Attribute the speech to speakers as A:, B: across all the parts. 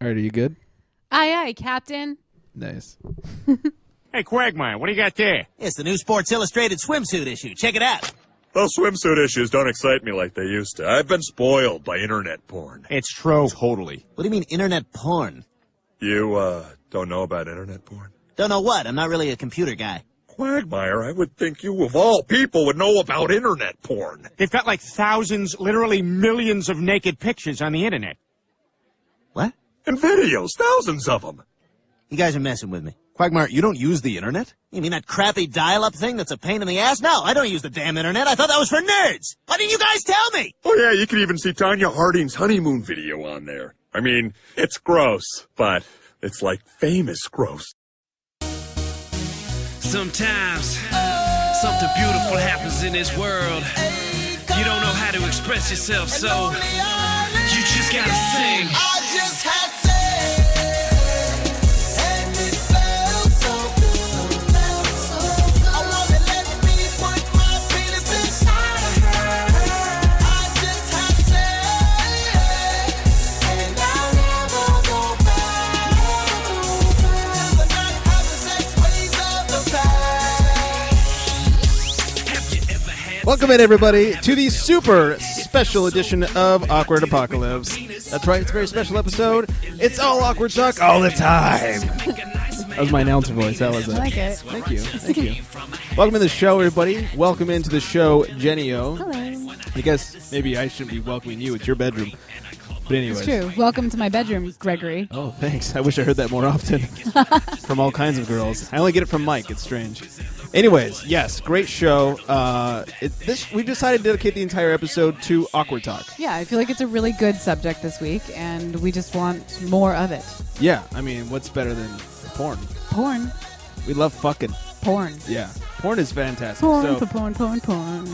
A: All right, are you good?
B: Aye, aye, Captain.
A: Nice.
C: Hey, Quagmire, what do you got there?
D: It's the new Sports Illustrated swimsuit issue. Check it out.
E: Those swimsuit issues don't excite me like they used to. I've been spoiled by internet porn.
C: It's true.
F: Totally.
D: What do you mean, internet porn?
E: You, uh, don't know about internet porn?
D: Don't know what. I'm not really a computer guy.
E: Quagmire, I would think you of all people would know about internet porn.
C: They've got like thousands, literally millions of naked pictures on the internet.
D: What?
E: And videos, thousands of them.
D: You guys are messing with me.
F: Quagmire, you don't use the internet?
D: You mean that crappy dial-up thing that's a pain in the ass? No, I don't use the damn internet. I thought that was for nerds. Why didn't you guys tell me?
E: Oh yeah, you can even see Tanya Harding's honeymoon video on there. I mean, it's gross, but it's like famous gross.
G: Sometimes something beautiful happens in this world. You don't know how to express yourself, so you just gotta sing. Have you ever had
A: Welcome in, everybody, to the super special edition of Awkward Apocalypse. That's right, it's a very special episode. It's all awkward talk all the time. That was my announcer voice. That was it.
B: I like it.
A: Thank you. Thank you. Welcome to the show, everybody. Welcome into the show, Genio.
B: Hello.
A: I guess maybe I shouldn't be welcoming you. It's your bedroom. But anyway.
B: It's true. Welcome to my bedroom, Gregory.
A: Oh, thanks. I wish I heard that more often from all kinds of girls. I only get it from Mike. It's strange. Anyways, yes, great show. Uh, it, this we decided to dedicate the entire episode to awkward talk.
B: Yeah, I feel like it's a really good subject this week, and we just want more of it.
A: Yeah, I mean, what's better than porn?
B: Porn.
A: We love fucking.
B: Porn.
A: Yeah, porn is fantastic.
B: Porn,
A: so
B: porn, porn, porn.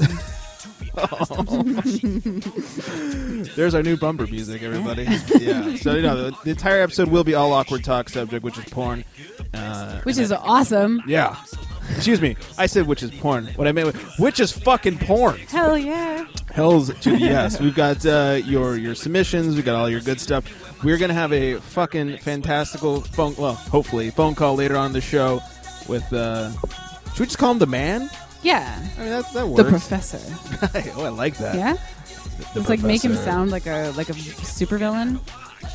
A: there's our new bumper music, everybody. yeah. So you know, the, the entire episode will be all awkward talk subject, which is porn. Uh,
B: Which is awesome.
A: Yeah. Excuse me. I said which is porn. What I meant was which is fucking porn.
B: Hell yeah.
A: Hell's to the yes. We've got uh, your your submissions. We got all your good stuff. We're gonna have a fucking fantastical phone. Well, hopefully phone call later on in the show with. Uh, should we just call him the man?
B: Yeah.
A: I mean that's that
B: The
A: works.
B: professor.
A: oh, I like that.
B: Yeah?
A: The
B: It's like make him
A: professor.
B: sound like a like a supervillain.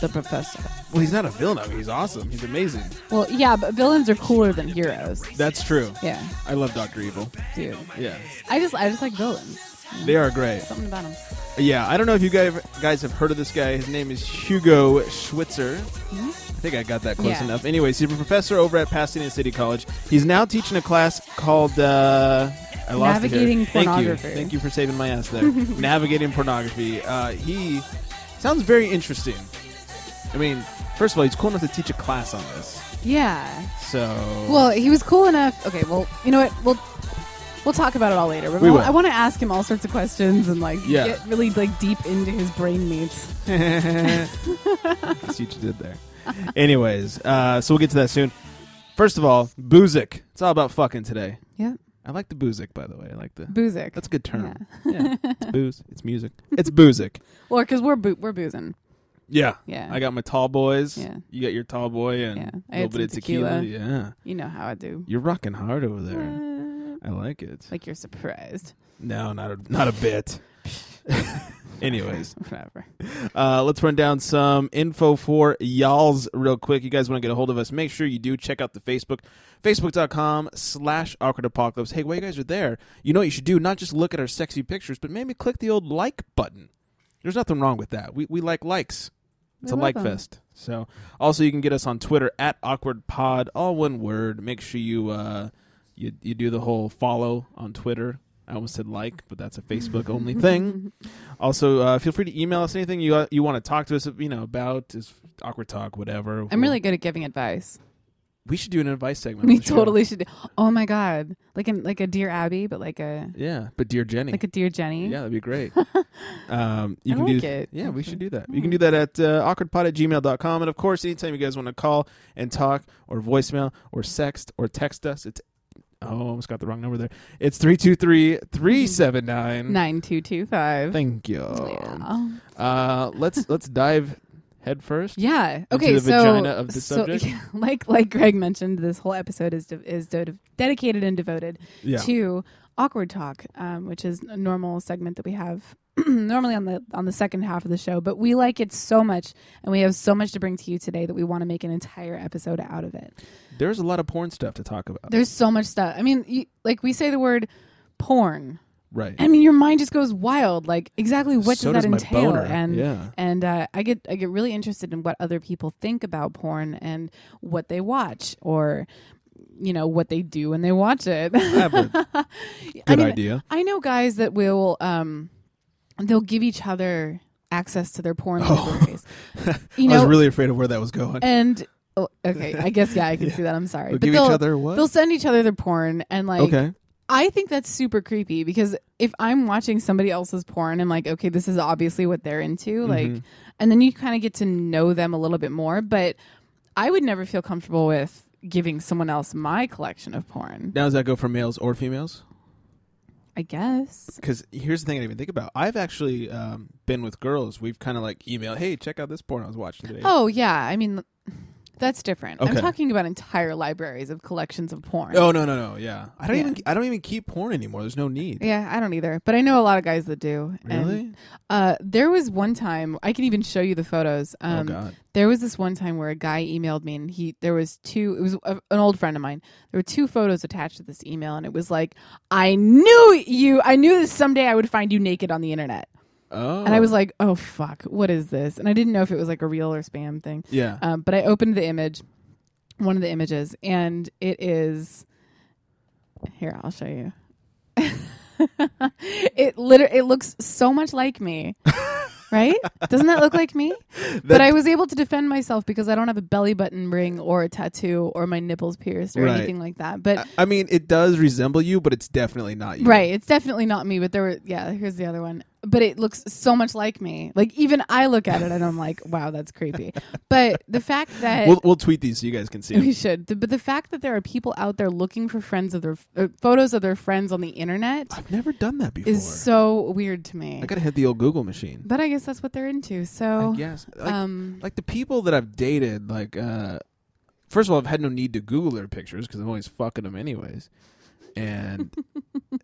B: The professor.
A: Well, he's not a villain. I mean, he's awesome. He's amazing.
B: Well, yeah, but villains are cooler than heroes.
A: That's true.
B: Yeah,
A: I love Doctor Evil.
B: dude.
A: Yeah,
B: I just I just like villains.
A: they are great.
B: Something about them.
A: Yeah, I don't know if you guys guys have heard of this guy. His name is Hugo Schwitzer. I think I got that close
B: Yeah.
A: enough. Anyways, he's a professor over at Pasadena City College. He's now teaching a class called uh, I lost it here.
B: Navigating
A: Thank
B: Pornography.
A: you, thank you for saving my ass there. Navigating pornography. Uh, he sounds very interesting. I mean, first of all, he's cool enough to teach a class on this.
B: Yeah.
A: So
B: Well, he was cool enough. Okay. Well, you know what? We'll we'll talk about it all later. But
A: We
B: I-
A: will.
B: I want to ask him all sorts of questions and like
A: Yeah.
B: get really like deep into his brain meats.
A: see what you did there. Anyways, uh, so we'll get to that soon. First of all, boozik. It's all about fucking today.
B: Yeah.
A: I like the boozik, by the way. I like the
B: Boozik.
A: That's a good term. Yeah. It's booze. It's music. It's boozic.
B: Or because we're boo- we're boozing.
A: Yeah.
B: Yeah.
A: I got my tall boys.
B: Yeah.
A: You got your tall boy and
B: Yeah.
A: a
B: I
A: little
B: had
A: bit of
B: some
A: tequila.
B: tequila.
A: Yeah.
B: You know how I do.
A: You're rocking hard over there.
B: Uh,
A: I like it.
B: like you're surprised.
A: No, not a, not a bit. Anyways,
B: Whatever.
A: uh, let's run down some info for y'all's real quick. You guys want to get a hold of us, make sure you do check out the Facebook, facebook.com slash awkward apocalypse. Hey, while you guys are there, you know what you should do? Not just look at our sexy pictures, but maybe click the old like button. There's nothing wrong with that. We, we like likes. It's a
B: We love
A: like
B: 'em.
A: fest. So also you can get us on Twitter at awkward pod, all one word. Make sure you uh you you do the whole follow on Twitter. I almost said like, but that's a Facebook only thing. Also, uh, feel free to email us anything you you want to talk to us, you know, about is awkward talk, whatever.
B: I'm really good at giving advice.
A: We should do an advice segment.
B: We
A: on the show.
B: totally should. Do. Oh my god, like in like a Dear Abby, but like a
A: Yeah, but dear Jenny,
B: like a Dear Jenny.
A: Yeah, that'd be great. um, you
B: I
A: can
B: like
A: do,
B: it, Hmm.
A: Yeah, we
B: actually.
A: should do that. You can do that at uh, awkwardpod at gmail.com. And of course, anytime you guys want to call and talk or voicemail or sext or text us, it's oh, I almost got the wrong number there. It's 323 379.
B: Nine two two five.
A: Thank you.
B: Yeah.
A: Uh, let's let's dive head first?
B: Yeah. Okay.
A: the
B: so,
A: vagina of the
B: so-
A: subject?
B: yeah, like like Greg mentioned, this whole episode is de- is de- dedicated and devoted
A: Yeah.
B: to awkward talk, um, which is a normal segment that we have normally on the on the second half of the show. But we like it so much, and we have so much to bring to you today that we want to make an entire episode out of it.
A: There's a lot of porn stuff to talk about.
B: There's so much stuff. I mean, you, like we say the word porn.
A: right.
B: I mean, your mind just goes wild. Like exactly what
A: So
B: does that
A: does my
B: entail?
A: boner.
B: And
A: Yeah.
B: and uh, I get I get really interested in what other people think about porn and what they watch or you know what they do when they watch it.
A: I have a
B: I
A: good
B: mean,
A: idea.
B: I know guys that will um they'll give each other access to their porn libraries. you
A: Oh. I
B: know,
A: was really afraid of where that was going.
B: and oh, okay, I guess yeah, I can see that. I'm sorry.
A: They'll
B: But
A: give each
B: they'll-
A: other what?
B: They'll send each other their porn and like
A: okay.
B: I think that's super creepy because if I'm watching somebody else's porn, I'm like, okay, this is obviously what they're into. Like, and then you kind of get to know them a little bit more. But I would never feel comfortable with giving someone else my collection of porn.
A: Now does that go for males or females?
B: I guess.
A: Because here's the thing I didn't even think about. I've actually um, been with girls. We've kind of like emailed, hey, check out this porn I was watching today.
B: Oh yeah, I mean, that's different. I'm
A: Okay.
B: talking about entire libraries of collections of porn.
A: Oh, no, no, no. Yeah. I don't
B: Yeah.
A: even I don't even keep porn anymore. There's no need.
B: Yeah, I don't either, but I know a lot of guys that do. and,
A: Really?
B: uh, there was one time I can even show you the photos. Um,
A: Oh, God.
B: There was this one time where a guy emailed me, and he there was two. It was a, an old friend of mine. There were two photos attached to this email, and it was like, "I knew you. I knew that someday I would find you naked on the internet."
A: Oh.
B: And I was like, "Oh fuck, what is this?" And I didn't know if it was like a real or spam thing.
A: Yeah.
B: Um, but I opened the image, one of the images, and it is here. I'll show you. it liter- it looks so much like me. Right? Doesn't that look like me? but I was able to defend myself because I don't have a belly button ring or a tattoo or my nipples pierced or
A: Right.
B: anything like that. But
A: I mean, it does resemble you, but it's definitely not you.
B: right, it's definitely not me. But there were yeah. Here's the other one. But it looks so much like me. Like even I look at it and I'm like, wow, that's creepy. But the fact that
A: We'll, we'll tweet these so you guys can see. 'em.
B: We should. The, but the fact that there are people out there looking for friends of their uh, photos of their friends on the internet
A: I've never done that before.
B: is so weird to me.
A: I gotta hit the old Google machine.
B: but I guess that's what they're into. So
A: I guess. Like,
B: Oh. um,
A: like the people that I've dated, like uh, first of all, I've had no need to Google their pictures because I'm always fucking them anyways. And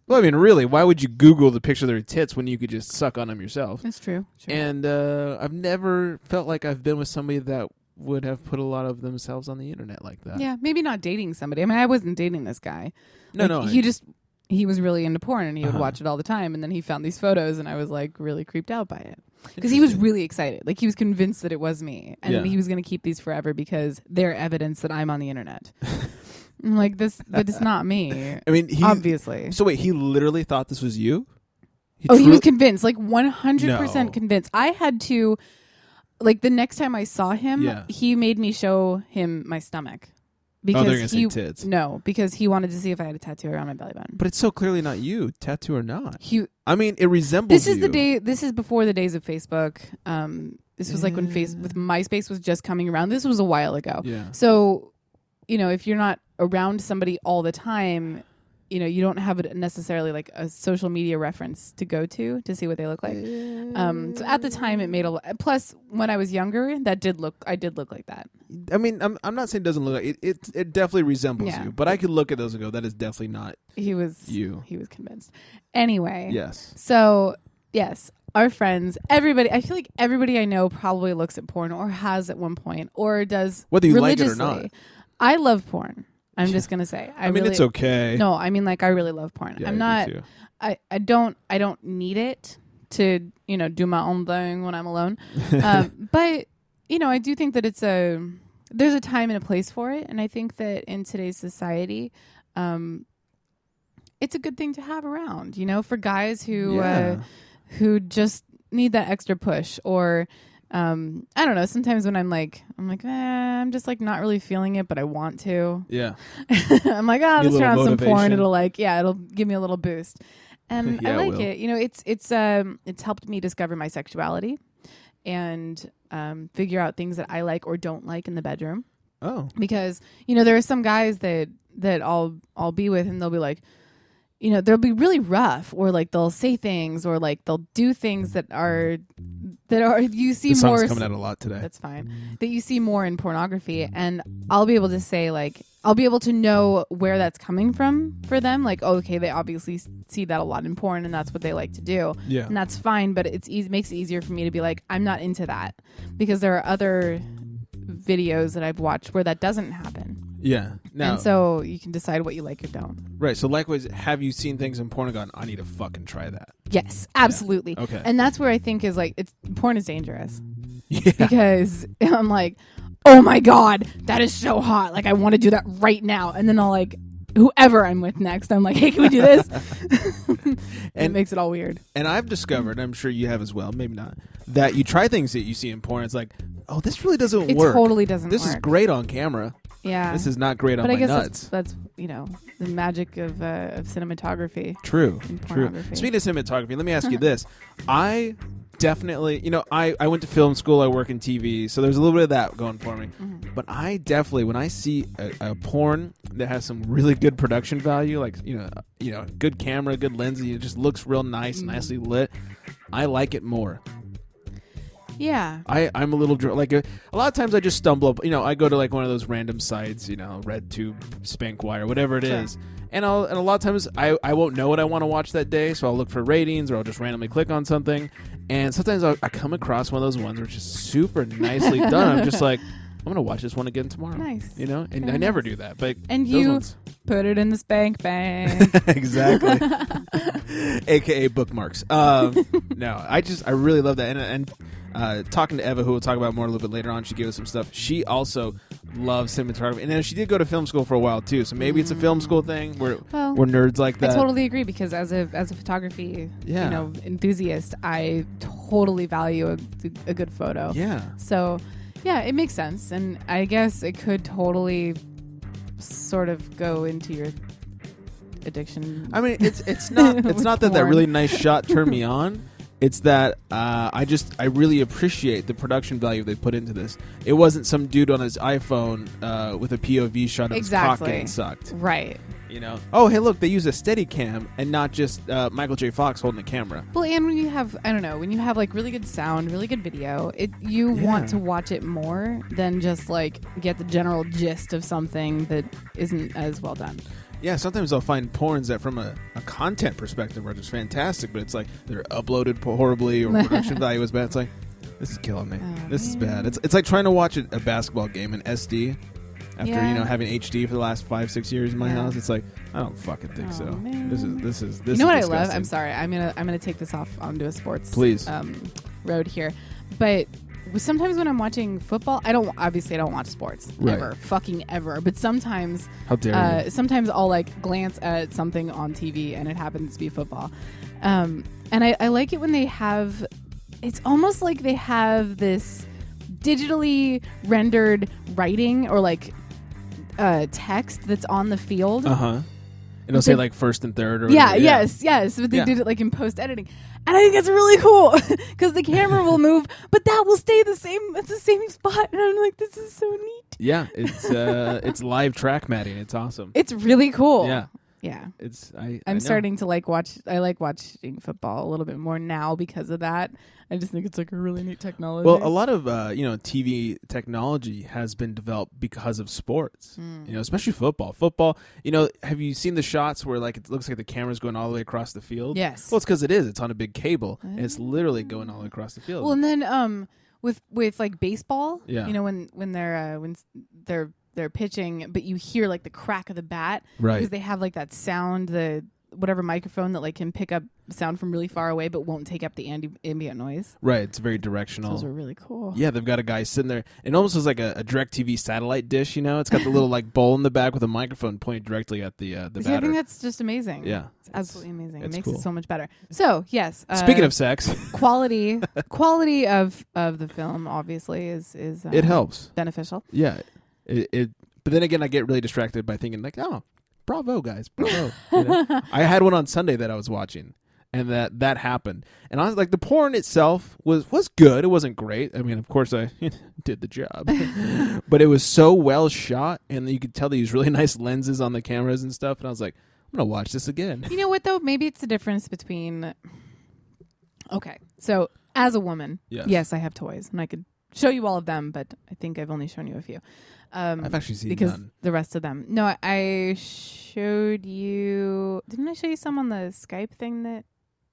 A: well, I mean, really, why would you Google the picture of their tits when you could just suck on them yourself?
B: that's true. Sure.
A: And uh, I've never felt like I've been with somebody that would have put a lot of themselves on the internet like that.
B: yeah, maybe not dating somebody. I mean, I wasn't dating this guy.
A: No,
B: Like,
A: no, I- Uh-huh.
B: He just he was really into porn and he would watch it all the time. And then he found these photos and I was like really creeped out by it because he was really excited. Like he was convinced that it was me and
A: Yeah.
B: he was going to keep these forever because they're evidence that I'm on the internet. I'm like this, but it's not me.
A: I mean, he,
B: obviously.
A: So wait, he literally thought this was you?
B: Oh, he was
A: tru-
B: convinced, like 100%
A: No.
B: convinced. I had to, like, the next time I saw him,
A: Yeah. Oh,
B: he made me show him my stomach.
A: they're
B: Because
A: gonna say
B: he,
A: tits.
B: No, because he wanted to see if I had a tattoo around my belly button.
A: But it's so clearly not you, tattoo or not.
B: He,
A: I mean, it resembles.
B: this is the
A: you.
B: day, this is before the days of Facebook. Um, this was like when face with MySpace was just coming around. This was a while ago.
A: Yeah.
B: So, you know, if you're not around somebody all the time, you know, you don't have it necessarily like a social media reference to go to to see what they look like. Um, so at the time, it made a lot. Plus, when I was younger, that did look, I did look like that.
A: I mean, I'm, I'm not saying it doesn't look like it. It, it definitely resembles
B: Yeah.
A: you, but I could look at those and go, that is definitely not.
B: He was,
A: You.
B: he was convinced. Anyway,
A: Yes.
B: So, yes, our friends, everybody, I feel like everybody I know probably looks at porn or has at one point or does
A: Whether you like it or
B: religiously.
A: not.
B: I love porn. I'm just gonna say. I,
A: I mean,
B: really,
A: it's okay.
B: No, I mean like I really love porn.
A: Yeah, I
B: I'm
A: do
B: not.
A: too.
B: I I don't I don't need it to you know do my own thing when I'm alone. um, but you know I do think that it's a there's a time and a place for it, and I think that in today's society. Um, it's a good thing to have around, you know, for guys who
A: Yeah.
B: uh, who just need that extra push or um, I don't know, sometimes when I'm like I'm like, eh, I'm just like not really feeling it, but I want to.
A: Yeah.
B: I'm like, oh,
A: Need a
B: let's turn on
A: little
B: some porn.
A: motivation.
B: It'll like, yeah, it'll give me a little boost. And
A: Yeah, it
B: I like
A: will.
B: it. You know, it's it's um it's helped me discover my sexuality and um figure out things that I like or don't like in the bedroom
A: Oh.
B: because you know there are some guys that that I'll I'll be with and they'll be like you know they'll be really rough or like they'll say things or like they'll do things that are that are you see
A: The song's
B: more
A: coming out a lot today.
B: that's
A: Mm.
B: fine that you see more in pornography and i'll be able to say like i'll be able to know where that's coming from for them like oh, okay they obviously s- see that a lot in porn and that's what they like to do
A: Yeah.
B: and that's fine but it's easy makes it easier for me to be like i'm not into that because there are other videos that i've watched where that doesn't happen
A: Yeah. Now,
B: and so you can decide what you like or don't
A: right. So, likewise, have you seen things in porn and gone, I need to fucking try that?
B: Yes, absolutely.
A: Okay.
B: And that's where I think is like it's porn is dangerous. Because I'm like, oh my god, that is so hot. Like I want to do that right now. And then I'll like whoever I'm with next, I'm like, hey, can we do this? it
A: And-
B: makes it all weird.
A: And I've discovered, I'm sure you have as well, maybe not, that you try things that you see in porn. It's like, oh, this really doesn't
B: It
A: work.
B: totally doesn't
A: This is
B: work.
A: great on camera.
B: Yeah.
A: This is not great on
B: but I
A: my
B: guess
A: nuts.
B: that's, that's you know the magic of uh, of cinematography.
A: True.
B: in
A: True.
B: pornography.
A: Speaking of cinematography, let me ask you this. I definitely, you know, I, I went to film school, I work in TV, so there's a little bit of that going for me. But I definitely, when I see a, a porn that has some really good production value, like, you know, you know, good camera, good lens, and it just looks real nice, nicely lit, I like it more.
B: Yeah.
A: I, I'm a little dr- like a, a lot of times I just stumble up. You know, I go to like one of those random sites, you know, RedTube, Spankwire, whatever it is, and I'll and a lot of times I, I won't know what I want to watch that day, so I'll look for ratings or I'll just randomly click on something, and sometimes I'll, I come across one of those ones which is super nicely done. I'm just like, I'm gonna watch this one again tomorrow.
B: Nice.
A: you know, and
B: Very
A: I never
B: nice.
A: do that. But
B: And
A: those
B: you
A: ones-
B: put it in the spank bank.
A: exactly aka bookmarks um, no i just i really love that and, and uh, talking to eva who we'll talk about more a little bit later on she gave us some stuff she also loves cinematography and then she did go to film school for a while too so maybe it's a film school thing where
B: Well,
A: we're nerds like that
B: I totally agree because as a as a photography
A: Yeah.
B: you know enthusiast, I totally value a, a good photo.
A: yeah
B: So, yeah, it makes sense, and I guess it could totally sort of go into your addiction.
A: I mean, it's it's not it's
B: With
A: not that that
B: porn.
A: really nice shot turned me on. It's that uh, I just I really appreciate the production value they put into this. It wasn't some dude on his iPhone uh, with a POV shot of his cock
B: Exactly.
A: getting sucked.
B: right.
A: You know? Oh, hey, look, they use a steady cam and not just uh, Michael J. Fox holding the camera.
B: Well, and when you have I don't know when you have like really good sound, really good video, it you want to watch it more than just like get the general gist of something that isn't as well done.
A: Yeah, sometimes I'll find porns that, from a, a content perspective, are just fantastic, but it's like they're uploaded po- horribly or production value is bad. It's like this is killing me.
B: Oh,
A: this is bad. It's it's like trying to watch a, a basketball game in SD after you
B: Yeah.
A: know having HD for the last five six years in my house. It's like I don't fucking think so.
B: Oh, man.
A: This is this is this.
B: you know what
A: is
B: I love?
A: disgusting.
B: I'm sorry. I'm gonna I'm gonna take this off onto a sports
A: Please.
B: um, road here, but sometimes when I'm watching football, I don't obviously I don't watch sports
A: Right.
B: ever, fucking ever. But sometimes
A: How dare
B: uh, sometimes I'll like glance at something on TV and it happens to be football, um, and I, I like it when they have. It's almost like they have this digitally rendered writing or like uh, text that's on the field.
A: Uh huh. And it'll say like first and third or
B: Yeah,
A: whatever.
B: yes, yes. But they
A: Yeah.
B: did it like in post editing. And I think it's really cool because the camera will move, but that will stay the same at the same spot. And I'm like, this is so neat.
A: yeah. It's uh it's live track matting. It's awesome.
B: It's really cool.
A: yeah.
B: Yeah.
A: It's I. I know.
B: I'm starting to like watch. I like watching football a little bit more now because of that. I just think it's like a really neat technology.
A: Well, a lot of uh, you know TV technology has been developed because of sports.
B: Hmm.
A: You know, especially football. Football. You know, have you seen the shots where like it looks like the camera's going all the way across the field?
B: Yes. Ah.
A: Well, it's because it is. It's on a big cable, and it's literally going all the way across the field.
B: Well, and then um, with with like baseball,
A: Yeah.
B: you know when when they're uh, when s- they're they're pitching, but you hear like the crack of the bat,
A: Right.
B: Because they have like that sound, the whatever microphone that like can pick up sound from really far away, but won't take up the andy- ambient noise.
A: right. It's very directional.
B: Those are really cool.
A: Oh. Yeah, they've got a guy sitting there. It almost looks like a, a direct TV satellite dish. You know, it's got the little like bowl in the back with a microphone pointed directly at the uh, the
B: See, I
A: batter.
B: think that's just amazing.
A: Yeah.
B: it's absolutely amazing.
A: it's
B: it makes
A: cool.
B: it so much better. So yes, uh,
A: Speaking of sex,
B: quality, quality of of the film obviously is is uh,
A: it helps.
B: beneficial.
A: Yeah. It, it but then again I get really distracted by thinking like, oh, bravo guys, bravo. You know? I had one on Sunday that I was watching and that that happened. And I was like the porn itself was was good. It wasn't great. I mean, of course I did the job. but it was so well shot and you could tell they use really nice lenses on the cameras and stuff and I was like gonna watch this again.
B: You know what though? Maybe it's the difference between. Okay, so as a woman,
A: Yes.
B: I have toys, and I could show you all of them, but I think I've only shown you a few. Um,
A: I've actually seen
B: because
A: none.
B: the rest of them. No, I- I showed you. Didn't I show you some on the Skype thing that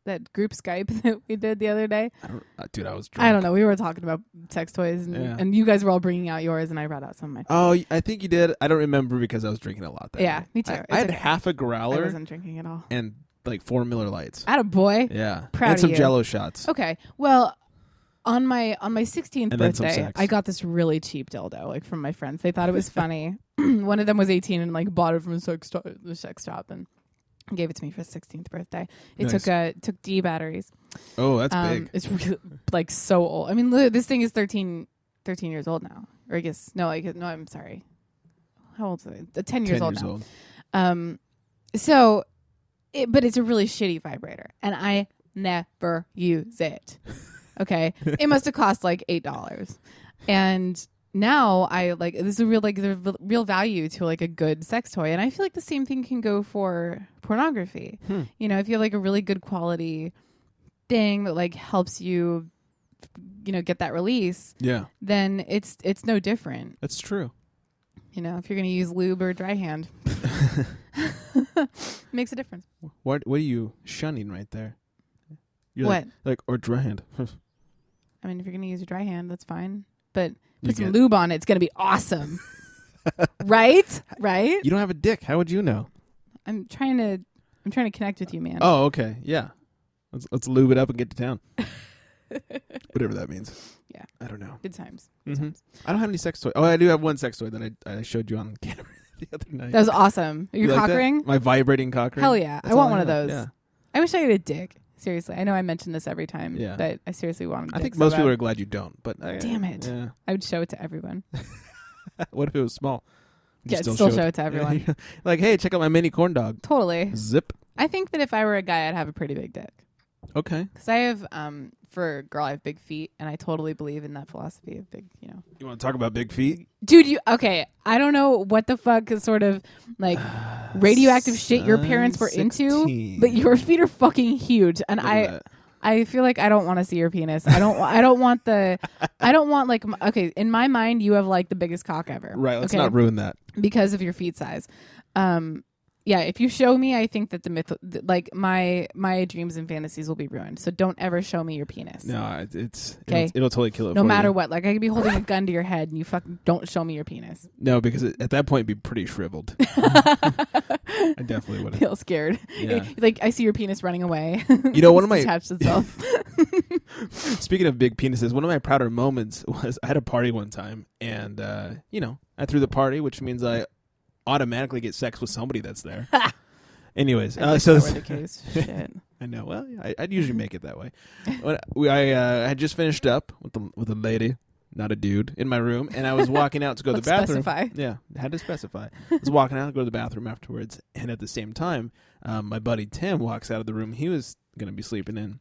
B: that group Skype that we did the other day?
A: I don't, uh, dude, I was drunk.
B: I don't know. We were talking about sex toys, and,
A: Yeah.
B: and you guys were all bringing out yours, and I brought out some of mine.
A: Oh, y- I think you did. I don't remember because I was drinking a lot. That
B: Yeah,
A: night.
B: me too.
A: I,
B: It's
A: I had
B: okay.
A: half a
B: I
A: growler
B: wasn't drinking at all.
A: and like four Miller Lights.
B: At a boy.
A: yeah,
B: Proud
A: and
B: of
A: some
B: you. Oh,
A: Jello shots.
B: Okay. Well, on my on my
A: And
B: 16th
A: then some
B: birthday,
A: sex.
B: I got this really cheap dildo like from my friends. They thought it was funny. One of them was 18 and like bought it from a sex shop, the sex shop and gave it to me for his 16th birthday. It
A: Nice.
B: took uh took D batteries.
A: Oh, that's
B: um,
A: big.
B: it's really, like so old. I mean, li- this thing is 13 13 years old now. Or I guess no, I guess, no, I'm sorry. How old is it? Uh, 10 years
A: Ten
B: old
A: years
B: now.
A: old.
B: Um, so, it, but it's a really shitty vibrator, and I never use it. Okay, it must have cost like eight dollars, and now I like this is a real like the v- real value to like a good sex toy, and I feel like the same thing can go for pornography. You know, if you have like a really good quality thing that like helps you, you know, get that release,
A: Yeah,
B: then it's it's no different.
A: that's true.
B: You know, if you're going to use lube or dry hand, makes a difference.
A: What What are you shunning right there? You're
B: What?
A: Like, like or dry hand?
B: I mean, if you're going to use a dry hand, that's fine. But
A: You
B: put some
A: get-
B: lube on it; it's going to be awesome, right? Right?
A: you don't have a dick. How would you know?
B: I'm trying to, I'm trying to connect with you, man.
A: Oh, okay. Yeah. Let's let's lube it up and get to town. Whatever that means.
B: Yeah.
A: I don't know.
B: Good times.
A: Mhm. I don't have any sex toy. Oh, I do have one sex toy that I I showed you on camera the other night.
B: That was awesome. Your
A: You like
B: cock
A: that?
B: ring?
A: My vibrating cock ring.
B: Hell yeah!
A: That's
B: I want
A: all
B: one of
A: have.
B: those.
A: Yeah.
B: I wish I had a dick. Seriously, I know I mention this every time,
A: Yeah.
B: but I seriously want. a
A: I
B: dick
A: think
B: so
A: most people
B: bad.
A: are glad you don't, but I,
B: Damn it.
A: Yeah.
B: I would show it to everyone.
A: What if it was small? You
B: Yeah, still show it to
A: Yeah,
B: everyone.
A: yeah. like, hey, check out my mini corn dog.
B: totally.
A: Zip.
B: I think that if I were a guy, I'd have a pretty big dick.
A: Okay.
B: Because I have, um, for a girl, I have big feet, and I totally believe in that philosophy of big, you know.
A: You want to talk about big feet?
B: Dude, you okay? I don't know what the fuck is sort of like radioactive shit your parents were into,
A: 16.
B: but your feet are fucking huge, and
A: at
B: I,
A: that.
B: I feel like I don't want to see your penis. I don't, wa- I don't want the, I don't want like, m- okay, in my mind, you have like the biggest cock ever,
A: Right. Let's
B: okay?
A: not ruin that.
B: because of your feet size. Um, yeah, if you show me, I think that the myth, th- like my my dreams and fantasies will be ruined. So don't ever show me your penis.
A: No, it- it's
B: Okay.
A: it'll, it'll totally kill it.
B: No
A: for
B: matter
A: you.
B: what, like I could be holding a gun to your head and you fucking don't show me your penis.
A: No, because it, at that point, it'd be pretty shriveled. I definitely would.
B: Feel scared.
A: Yeah.
B: like I see your penis running away.
A: You know, one of my-
B: attached itself.
A: Speaking of big penises, one of my prouder moments was I had a party one time, and uh, you know, I threw the party, which means I automatically get sex with somebody that's there. Anyways, uh, so
B: If that were the case. Shit.
A: I know. Well, yeah, I, I'd usually make it that way. When I- we, I uh, had just finished up with the, with a lady, not a dude, in my room, and I was walking out to go to the
B: Let's
A: bathroom.
B: specify.
A: Yeah, had to specify. I was walking out to go to the bathroom afterwards, and at the same time, um, my buddy Tim walks out of the room. He was gonna be sleeping in,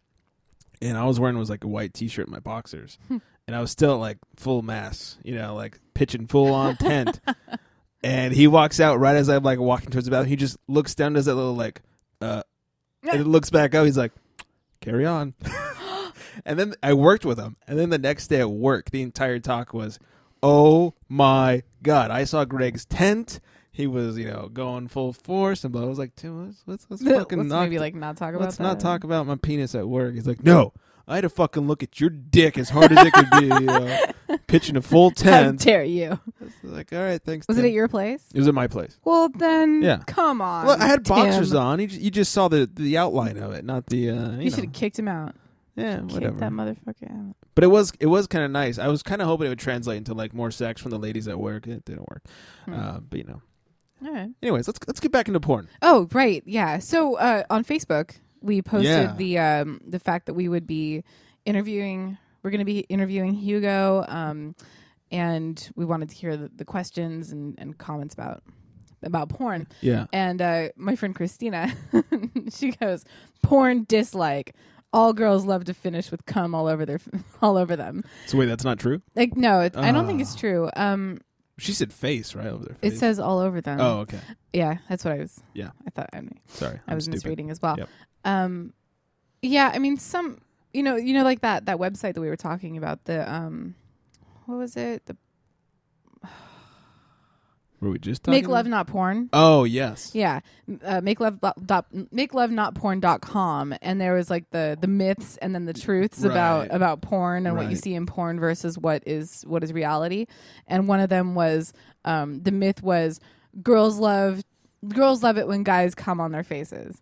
A: and all I was wearing was like a white T-shirt and my boxers,
B: Hmm.
A: and I was still like full mass, you know, like pitching full on tent. And he walks out right as I'm like walking towards the bathroom. He just looks down, does that little like, uh, and it looks back up. He's like, carry on. and then I worked with him. And then the next day at work, the entire talk was, oh my God, I saw Greg's tent. He was, you know, going full force and blah. I was like, Tim, let's, let's, let's
B: Let's
A: fucking
B: maybe
A: knock
B: like not talk about.
A: let's not
B: that.
A: talk about my penis at work. He's like, no, I had to fucking look at your dick as hard as it could be, you know, pitching a full
B: How
A: tent.
B: dare you?
A: like, all right, thanks.
B: Was it
A: Tim."
B: at your place?
A: It was at my place.
B: Well then,
A: Yeah.
B: Come on.
A: Look, I had
B: Tim.
A: boxers on. You ju- you just saw the the outline of it, not the. Uh, you
B: You should
A: know.
B: have kicked him out.
A: yeah,
B: Kick that
A: whatever.
B: motherfucker out.
A: But it was it was kind of nice. I was kind of hoping it would translate into like more sex from the ladies at work. It didn't work,
B: Hmm.
A: uh, but you know.
B: All right.
A: Anyways, let's let's get back into porn.
B: Oh, right. Yeah. So uh, on Facebook, we posted
A: Yeah.
B: the um, the fact that we would be interviewing. We're going to be interviewing Hugo, um, and we wanted to hear the, the questions and, and comments about about porn.
A: Yeah.
B: And uh, my friend Christina, she goes, "Porn dislike. All girls love to finish with cum all over their all over them."
A: So wait, that's not true. Ah.
B: Like, no, it, I don't think it's true. Um,
A: She said face right over there.
B: It um,
A: Face.
B: says all over them.
A: Oh, okay.
B: yeah, that's what I was.
A: Yeah.
B: I thought I, mean,
A: Sorry,
B: I
A: I'm
B: was
A: stupid.
B: misreading as well.
A: Yep.
B: Um, yeah, I mean some, you know, you know, like that that website that we were talking about. The um, what was it? The
A: Were we just talking
B: Make Love Not Porn.
A: Oh yes.
B: Yeah, M- uh, make love bo- dot make love not porn dot com, and there was like the the myths and then the truths about
A: Right.
B: about porn and what you
A: Right.
B: see in porn versus what is what is reality, and one of them was um, the myth was girls love girls love it when guys come on their faces.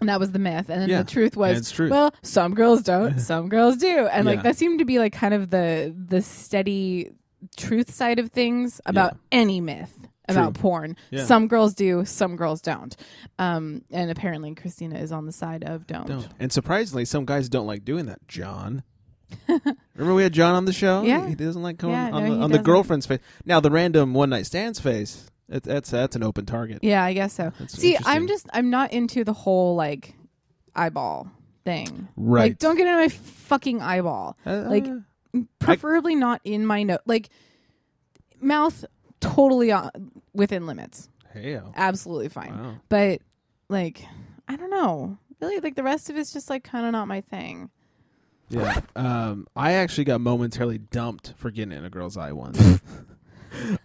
B: And that was the myth, and then
A: Yeah.
B: the truth
A: And
B: was
A: it's truth.
B: well, some girls don't, some girls do, and
A: Yeah.
B: like that seemed to be like kind of the the steady truth side of things about any myth about
A: True.
B: porn.
A: Yeah.
B: Some girls do, some girls don't. Um, and apparently Christina is on the side of don't.
A: Don't. And surprisingly, some guys don't like doing that. John. Remember we had John on the show.
B: Yeah.
A: He doesn't like coming
B: Yeah,
A: on,
B: no,
A: the,
B: he
A: on the
B: doesn't.
A: girlfriend's face. Now the random one night stands face. That, that's that's an open target.
B: Yeah, I guess so.
A: That's
B: See, I'm
A: interesting.
B: just I'm not into the whole like eyeball thing.
A: Right.
B: Like don't get in my fucking eyeball.
A: Uh,
B: like
A: uh,
B: preferably not in my nose. Like mouth totally on, within limits.
A: Hey.
B: Absolutely fine.
A: Wow.
B: But like I don't know. Really like the rest of it's just like kind of not my thing.
A: Yeah. Um, I actually got momentarily dumped for getting in a girl's eye once.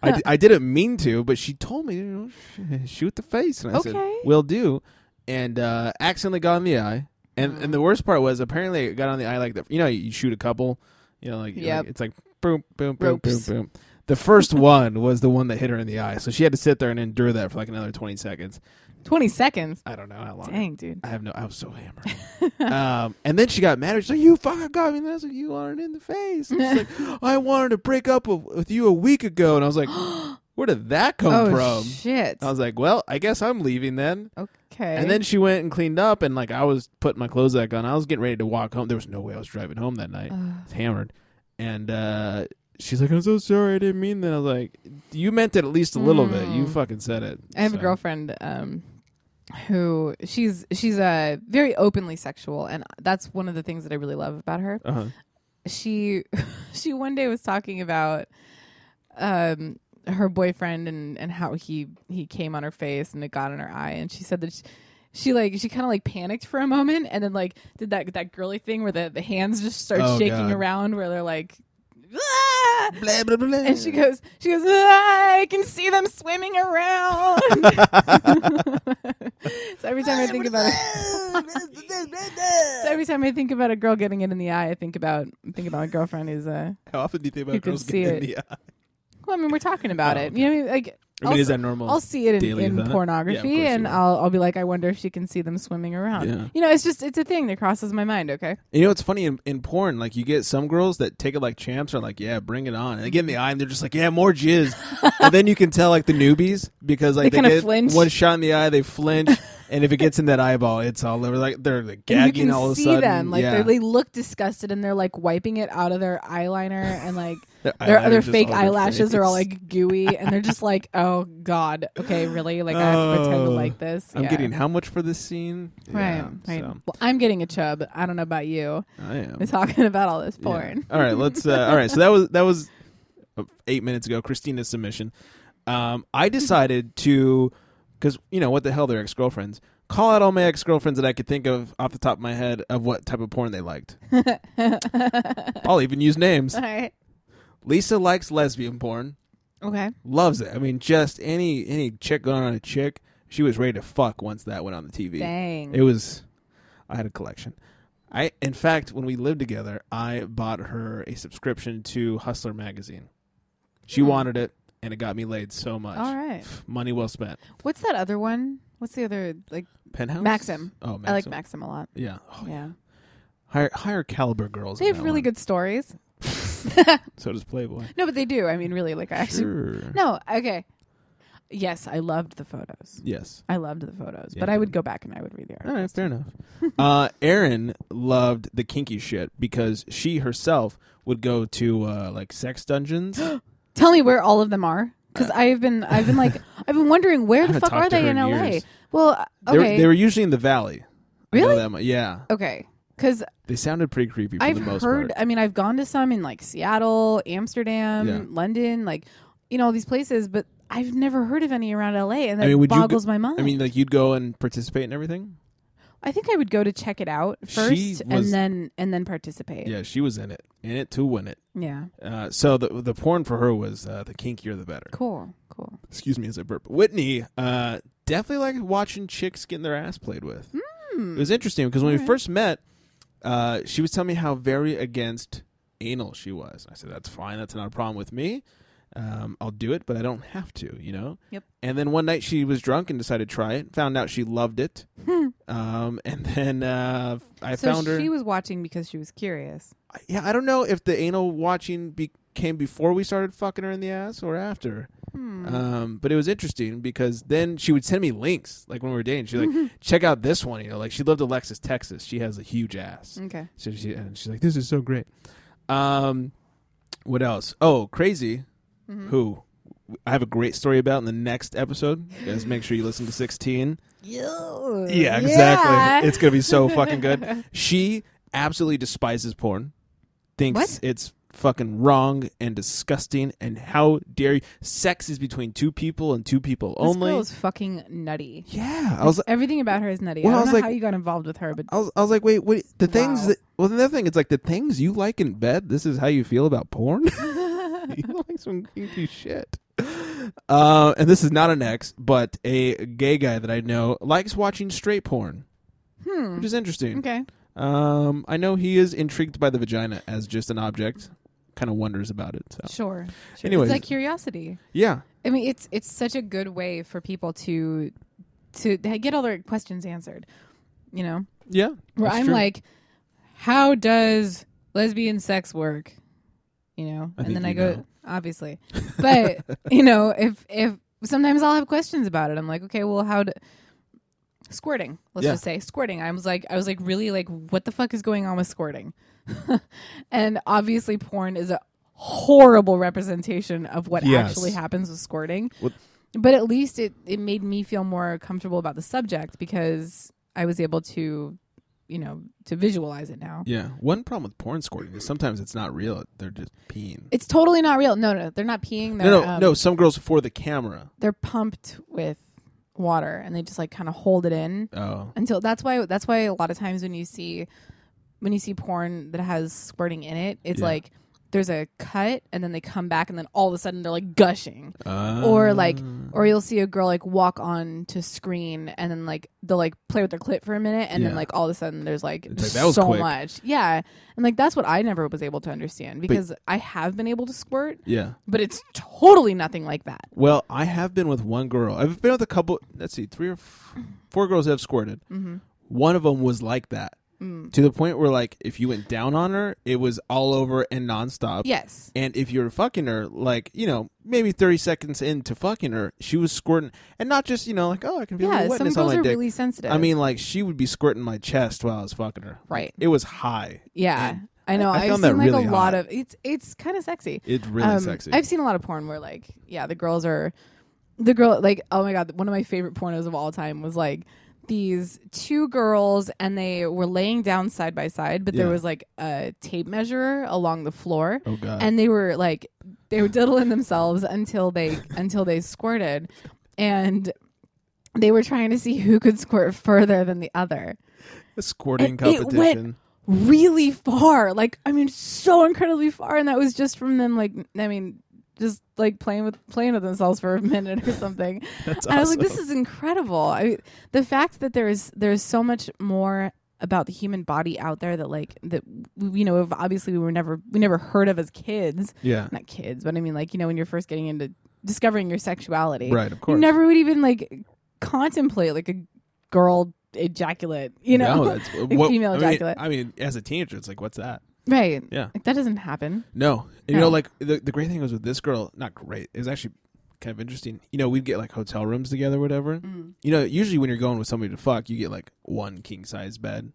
A: I, di- I didn't mean to, but she told me, you know, sh- shoot the face. And I
B: Okay.
A: said, will do. And uh, accidentally got in the eye. And
B: Oh.
A: and the worst part was apparently it got on the eye like that. You know, you shoot a couple, you know, like,
B: Yep.
A: like it's like boom, boom, boom,
B: Ropes.
A: boom, boom. The first one was the one that hit her in the eye. So she had to sit there and endure that for like another 20 seconds.
B: 20 seconds.
A: I don't know how long.
B: Dang, dude.
A: I have no. I was so hammered. um, and then she got mad. She's like, "You fucking got me. That's what you aren't in the face." And she's like, "I wanted to break up with- with you a week ago," and I was like, "Where did that come
B: Oh
A: from?"
B: shit.
A: I was like, "Well, I guess I'm leaving then."
B: Okay.
A: And then she went and cleaned up, and like I was putting my clothes back on. I was getting ready to walk home. There was no way I was driving home that night. I was hammered, and uh, she's like, "I'm so sorry. I didn't mean that." I was like, "You meant it at least a little bit. You fucking said it."
B: Mm. I have a
A: So-
B: girlfriend um, who she's she's uh, very openly sexual, and that's one of the things that I really love about her.
A: Uh-huh.
B: She she one day was talking about um, her boyfriend and and how he he came on her face and it got in her eye, and she said that. She, she like she kind of like panicked for a moment and then like did that that girly thing where the, the hands just start
A: Oh,
B: shaking
A: God.
B: around where they're like "Ah!"
A: Blah blah blah. blah.
B: and she goes she goes "Ah, i can see them swimming around so every time i think about it so every time i think about a girl getting it in the eye i think about think about my girlfriend who's uh
A: How often do you think
B: You
A: about
B: can
A: girls
B: see
A: getting in
B: it.
A: the eye?
B: well i mean we're talking about
A: Oh,
B: it you know what i mean like
A: I mean,
B: I'll
A: is
B: s-
A: that normal?
B: I'll see it in,
A: daily
B: in
A: event?
B: pornography,
A: Yeah, of course you
B: and
A: will.
B: I'll I'll be like, I wonder if she can see them swimming around.
A: Yeah.
B: You know, it's just it's a thing that crosses my mind. Okay,
A: you know, it's funny in, in porn. Like, you get some girls that take it like champs, are like, "Yeah, bring it on," and they get in the eye, and they're just like, "Yeah, more jizz." and then you can tell like the newbies because like
B: They
A: they,
B: kinda
A: get
B: flinch.
A: one shot in the eye, they flinch, and if it gets in that eyeball, it's all over. Like they're like,
B: And
A: gagging
B: you can
A: all of
B: see
A: a sudden.
B: them like
A: yeah.
B: they're- they look disgusted, and they're like wiping it out of their eyeliner, and like
A: Their
B: their
A: eyeliner
B: other
A: just
B: fake
A: on their
B: eyelashes are all
A: face.
B: like gooey and they're just like oh god okay really like i have to pretend to
A: Oh,
B: like this
A: I'm
B: Yeah.
A: getting how much for this scene?
B: right
A: Yeah,
B: right
A: so,
B: well i'm getting a chub i don't know about you
A: I am.
B: we're talking about all this
A: Yeah.
B: porn
A: All right, let's. Uh, all right, so that was that was uh, eight minutes ago. Christina's submission. Um, I decided to, because you know what the hell, they're ex girlfriends. Call out all my ex girlfriends that I could think of off the top of my head of what type of porn they liked. I'll even use names.
B: all right
A: Lisa likes lesbian porn,
B: okay
A: loves it. I mean, just any any chick going on a chick, she was ready to fuck once that went on the TV.
B: dang
A: It was. I had a collection. I, in fact, when we lived together, I bought her a subscription to Hustler magazine. She wanted it, and it got me laid so much.
B: Mm. all right
A: Money well spent.
B: what's that other one what's the other like
A: Penthouse.
B: Maxim.
A: Oh, Maxim.
B: i like maxim a lot
A: Yeah. Oh,
B: yeah
A: Higher, higher caliber girls.
B: they
A: in
B: have
A: that
B: really
A: one.
B: good stories
A: So does Playboy.
B: no but they do i mean really like i actually
A: Sure.
B: no okay yes i loved the photos
A: Yes.
B: i loved the photos
A: Yeah.
B: but i would go back and i would read the
A: All
B: articles
A: right. Fair enough. uh, Erin loved the kinky shit because she herself would go to uh, like sex dungeons.
B: Tell me where all of them are, because I've been, I've been like, I've been wondering where the
A: haven't
B: fuck
A: talked
B: are
A: to
B: they
A: her
B: in
A: in
B: LA?
A: years.
B: Well, uh,
A: They were-
B: okay,
A: They were usually in the valley. I know
B: Really?
A: that mu- yeah.
B: okay, because
A: They sounded pretty creepy for
B: I've
A: the most
B: heard.
A: part.
B: I mean, I've gone to some in like Seattle, Amsterdam,
A: Yeah.
B: London, like you know all these places, but I've never heard of any around LA, and that
A: I mean, would you
B: boggles
A: go-
B: my mind.
A: I mean, like you'd go and participate in everything.
B: I think I would go to check it out first,
A: was-
B: and then and then participate.
A: Yeah, she was in it, in it to win it.
B: Yeah.
A: Uh, so the the porn for her was uh, the kinkier the better.
B: Cool. Cool.
A: Excuse me as I burp. Whitney uh, definitely liked watching chicks getting their ass played with.
B: Hmm.
A: It was interesting because when we first met, uh, she was telling me how very against anal she was. I said, "That's fine. That's not a problem with me. Um, I'll do it, but I don't have to." You know.
B: Yep.
A: And then one night she was drunk and decided to try it. Found out she loved it. um, and then uh, I
B: Hmm. so
A: found her.
B: she was watching because she was curious.
A: yeah, I don't know if the anal watching be- came before we started fucking her in the ass or after. Um, but it was interesting because then she would send me links, like when we were dating. She's like, "Check out this one," you know. Like she lived in Alexis, Texas. She has a huge ass.
B: Okay.
A: So she and she's like, "This is so great." Um, what else? Oh, crazy. Who? I have a great story about in the next episode. You guys, make sure you listen to sixteen. Yeah, exactly. It's gonna be so fucking good. She absolutely despises porn. Thinks
B: What?
A: it's fucking wrong and disgusting. And how dare you? Sex is between two people and two people
B: This
A: only.
B: girl is fucking nutty.
A: yeah, I was.
B: Everything about her is nutty.
A: Well,
B: I
A: I
B: don't
A: was
B: know
A: like-
B: how you got involved with her, but
A: I was, I was like, wait, what? The things
B: Wow.
A: that. Well, another thing, it's like the things you like in bed. This is how you feel about porn. you like some kinky shit. Uh, and this is not an ex, but a gay guy that I know likes watching straight porn, hmm. which is interesting.
B: okay.
A: Um, I know he is intrigued by the vagina as just an object. Kind of wonders about it. So
B: Sure. sure.
A: Anyways.
B: It's like curiosity.
A: yeah,
B: I mean, it's it's such a good way for people to to get all their questions answered. You know,
A: yeah.
B: where
A: that's
B: I'm
A: true.
B: like, how does lesbian sex work? You know, and
A: think
B: then I
A: you
B: go
A: know.
B: obviously, but you know, if if sometimes I'll have questions about it. I'm like, okay, well, how do squirting? Let's
A: Yeah.
B: just say squirting. I was like, I was like, really, like, what the fuck is going on with squirting? and obviously, porn is a horrible representation of what
A: Yes.
B: actually happens with squirting.
A: What-
B: But at least it it made me feel more comfortable about the subject because I was able to you know to visualize it now
A: yeah. One problem with porn squirting is sometimes it's not real. They're just peeing.
B: it's totally not real no no they're not peeing they're,
A: no, no,
B: um,
A: no. Some girls for the camera.
B: they're pumped with water and they just like kind of hold it in
A: Oh,
B: until that's why that's why a lot of times when you see when you see porn that has squirting in it it's
A: Yeah.
B: like there's a cut and then they come back and then all of a sudden they're like gushing
A: uh,
B: or like
A: Um.
B: or you'll see a girl like walk on to screen and then like they'll like play with their clit for a minute and
A: Yeah.
B: then like all of a sudden there's like,
A: It's like, that was
B: so
A: quick.
B: much yeah and like that's what i never was able to understand because i have been able to squirt
A: yeah.
B: but it's totally nothing like that
A: Well, I have been with one girl. I've been with a couple. Let's see, three or f- four girls that have squirted. Mm-hmm. One of them was like that
B: Mm.
A: to the point where, like, if you went down on her, it was all over and nonstop.
B: yes
A: And if you're fucking her, like, you know, maybe 30 seconds into fucking her, she was squirting. And not just, you know, like, oh, I can feel
B: Yeah,
A: the
B: some
A: wetness on
B: girls
A: my
B: are
A: dick.
B: really sensitive.
A: I mean, like, she would be squirting my chest while I was fucking her.
B: Right.
A: Like, it was high.
B: Yeah,
A: And
B: I know.
A: I
B: I have
A: found that
B: seen like
A: really
B: a lot
A: hot.
B: of it's it's kind of sexy.
A: It's really sexy.
B: Um, I've seen a lot of porn where like yeah, the girls are the girl like oh my god, one of my favorite pornos of all time was like these two girls and they were laying down side by side, but there
A: Yeah.
B: was like a tape measure along the floor.
A: Oh, God.
B: And they were like they were diddling themselves until they until they squirted, and they were trying to see who could squirt further than the other
A: A squirting
B: it- it went-
A: competition.
B: really far. Like, I mean, so incredibly far. And that was just from them, like, I mean, just like playing with playing with themselves for a minute or something.
A: That's
B: and I was like,
A: awesome.
B: this is incredible. I, the fact that there's there's so much more about the human body out there that like that you know obviously we were never we never heard of as kids
A: yeah.
B: not kids, but I mean, like, you know, when you're first getting into discovering your sexuality,
A: Right, of course.
B: You never would even like contemplate like a girl ejaculate, you know,
A: No, that's
B: Like,
A: what-
B: female
A: I mean,
B: ejaculate,
A: I mean, as a teenager, it's like, what's that?
B: right?
A: Yeah.
B: like, that doesn't happen.
A: No. And, you know,
B: No.
A: like the, the great thing was with this girl, not great. It was actually kind of interesting. You know, we'd get like hotel rooms together, whatever.
B: Mm.
A: You know, usually when you're going with somebody to fuck, you get like one king size bed.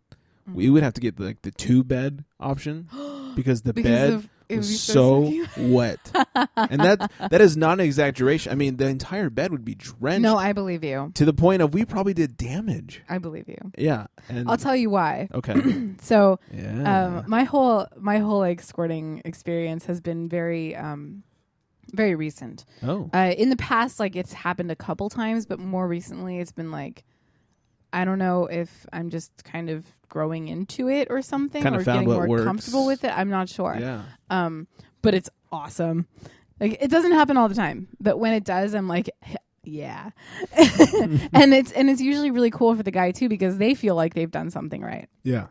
B: Mm.
A: We would have to get the, like the two bed option because the
B: Because
A: bed
B: of- it would be
A: was
B: so
A: so wet, and that that is not an exaggeration. I mean, the entire bed would be drenched
B: No, I believe you.
A: to the point of we probably did damage.
B: I believe you.
A: Yeah, and
B: I'll tell you why.
A: okay,
B: So,
A: Mm. yeah,
B: um, my whole my whole like squirting experience has been very um, very recent.
A: Oh.
B: Uh, in the past, like it's happened a couple times, but more recently, it's been like I don't know if I'm just kind of growing into it or something,
A: Kinda
B: or
A: found
B: getting
A: what
B: more
A: works.
B: comfortable with it. I'm not sure.
A: Yeah.
B: Um, but it's awesome. Like it doesn't happen all the time, but when it does, I'm like, yeah. and it's and it's usually really cool for the guy too because they feel like they've done something right.
A: Yeah.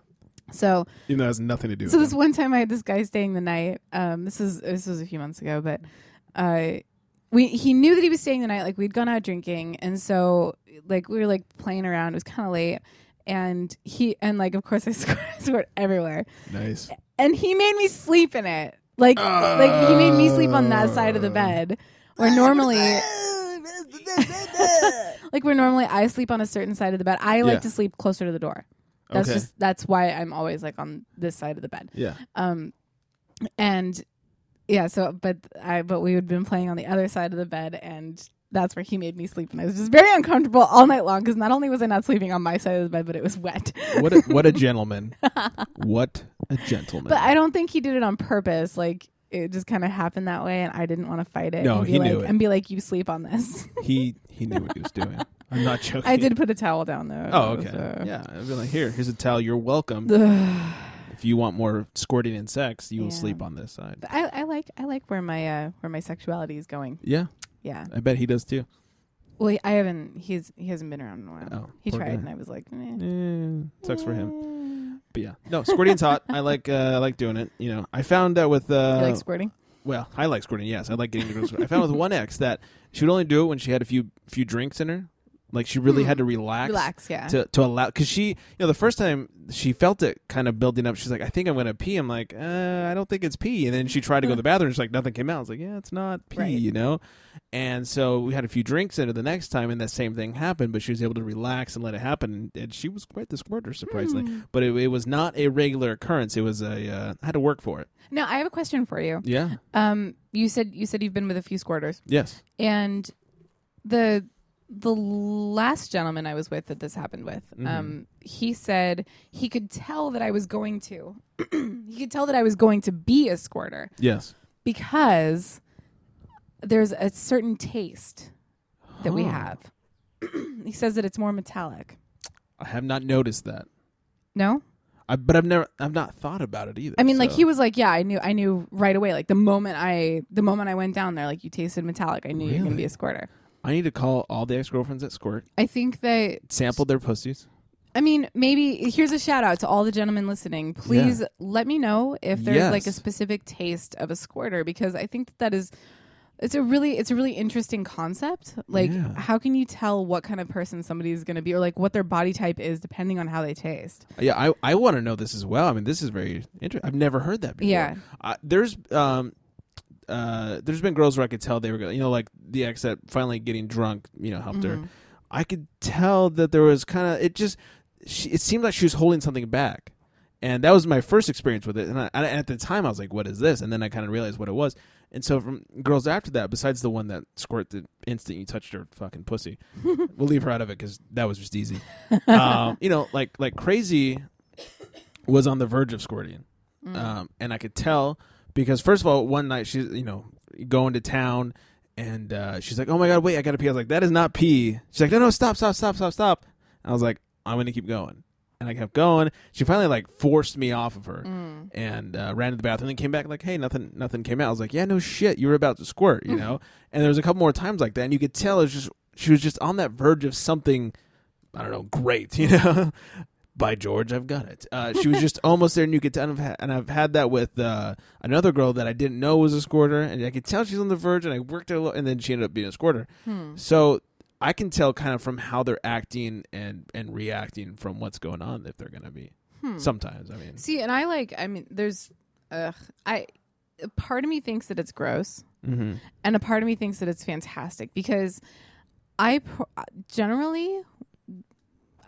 B: So
A: Even though it has nothing to do
B: so
A: with
B: this one time I had this guy staying the night. Um, this is this was a few months ago, but uh, we he knew that he was staying the night. Like we'd gone out drinking, and so like we were like playing around. It was kind of late, and he and like of course I scored, scored everywhere,
A: it. Nice.
B: and he made me sleep in it. Like like he made me sleep on that side of the bed where normally. like where normally I sleep on a certain side of the bed. I
A: Yeah.
B: like to sleep closer to the door. That's
A: Okay.
B: just that's why I'm always like on this side of the bed
A: Yeah.
B: um and yeah so but i but we had been playing on the other side of the bed and that's where he made me sleep and i was just very uncomfortable all night long because not only was i not sleeping on my side of the bed but it was wet
A: What a, what a gentleman. what a gentleman.
B: but i don't think he did it on purpose like it just kind of happened that way and i didn't want to fight it
A: No,
B: and be
A: he
B: like
A: knew it.
B: and be like you sleep on this
A: he he knew what he was doing. I'm not joking.
B: i did put a towel down though
A: Oh, okay.
B: so- uh,
A: Yeah, I'd be like, here, here's a towel. You're welcome.
B: Ugh.
A: if you want more squirting and sex, you will
B: Yeah.
A: sleep on this side.
B: But I, I like I like where my uh, where my sexuality is going.
A: Yeah,
B: Yeah.
A: I bet he does too.
B: Well, I haven't. He's he hasn't been around in a while.
A: Oh,
B: he
A: poor
B: tried,
A: guy.
B: and I was like, eh.
A: sucks for him. But yeah, no, squirting's hot. I like uh, I like doing it. You know, I found that with uh,
B: You like squirting?
A: well, I like squirting. Yes, I like getting the girls. squirting. I found with one ex that she would only do it when she had a few few drinks in her. Like she really had to
B: Hmm.
A: relax,
B: Relax, yeah.
A: to to allow because she, you know, the first time she felt it kind of building up. She's like, I think I'm gonna pee. I'm like, uh, I don't think it's pee. And then she tried to go to the bathroom. She's like, nothing came out. I was like, yeah, it's not pee,
B: Right.
A: you know. And so we had a few drinks in her the next time, and that same thing happened. But she was able to relax and let it happen, and she was quite the squirter, surprisingly.
B: Hmm.
A: But it, it was not a regular occurrence. It was a uh, I had to work for it.
B: Now I have a question for you.
A: Yeah.
B: Um, you said you said you've been with a few squirters,
A: Yes.
B: and the the last gentleman I was with that this happened with,
A: Mm-hmm.
B: um, he said he could tell that I was going to, he could tell that I was going to be a squirter
A: Yes.
B: because there's a certain taste that we
A: Huh.
B: have. he says that it's more metallic.
A: I have not noticed that.
B: No,
A: I, but I've never, I've not thought about it either.
B: I mean, like
A: so-
B: he was like, yeah, I knew, I knew right away. Like the moment I, the moment I went down there, like you tasted metallic, I knew you were gonna
A: Really?
B: be a squirter.
A: I need to call all the ex girlfriends at Squirt,
B: I think that,
A: sample their pussies.
B: I mean, maybe here's a shout out to all the gentlemen listening. Please let me know if there's
A: Yes.
B: like a specific taste of a squirter because I think that, that is, it's a really, it's a really interesting concept. Like,
A: Yeah.
B: how can you tell what kind of person somebody is gonna be, or like what their body type is depending on how they taste?
A: Yeah, I, I want to know this as well. I mean, this is very interesting. I've never heard that before.
B: Yeah.
A: I, there's um, uh, there's been girls where I could tell they were, go- you know, like the ex that finally getting drunk, you know, helped her. I could tell that there was kind of it just, she, it seemed like she was holding something back, and that was my first experience with it. And, I, and at the time, I was like, "What is this?" And then I kind of realized what it was. And so from girls after that, besides the one that squirt the instant you touched her fucking pussy, we'll leave her out of it because that was just easy. um, you know, like like crazy was on the verge of squirting, um, and I could tell because first of all, one night she's you know going to town, and uh, she's like, "Oh my god, wait, I gotta pee." I was like, "That is not pee." She's like, "No, no, stop, stop, stop, stop, stop." I was like, "I'm gonna keep going." And I kept going. She finally like forced me off of her and uh, ran to the bathroom and came back like, "Hey, nothing, nothing came out." I was like, "Yeah, no shit, you were about to squirt," you know. And there was a couple more times like that, and you could tell it was just she was just on that verge of something I don't know, great, you know. By George, I've got it. Uh, she was just almost there, and you could tell. And I've, ha- and I've had that with uh, another girl that I didn't know was a squirter, and I could tell she's on the verge. And I worked her, a little, and then she ended up being a squirter.
B: Hmm.
A: So I can tell kind of from how they're acting and and reacting from what's going on if they're going to be.
B: Hmm.
A: Sometimes, I mean,
B: See, and I like. I mean, there's. Ugh, I. A part of me thinks that it's gross,
A: Mm-hmm.
B: and a part of me thinks that it's fantastic because I pr- generally.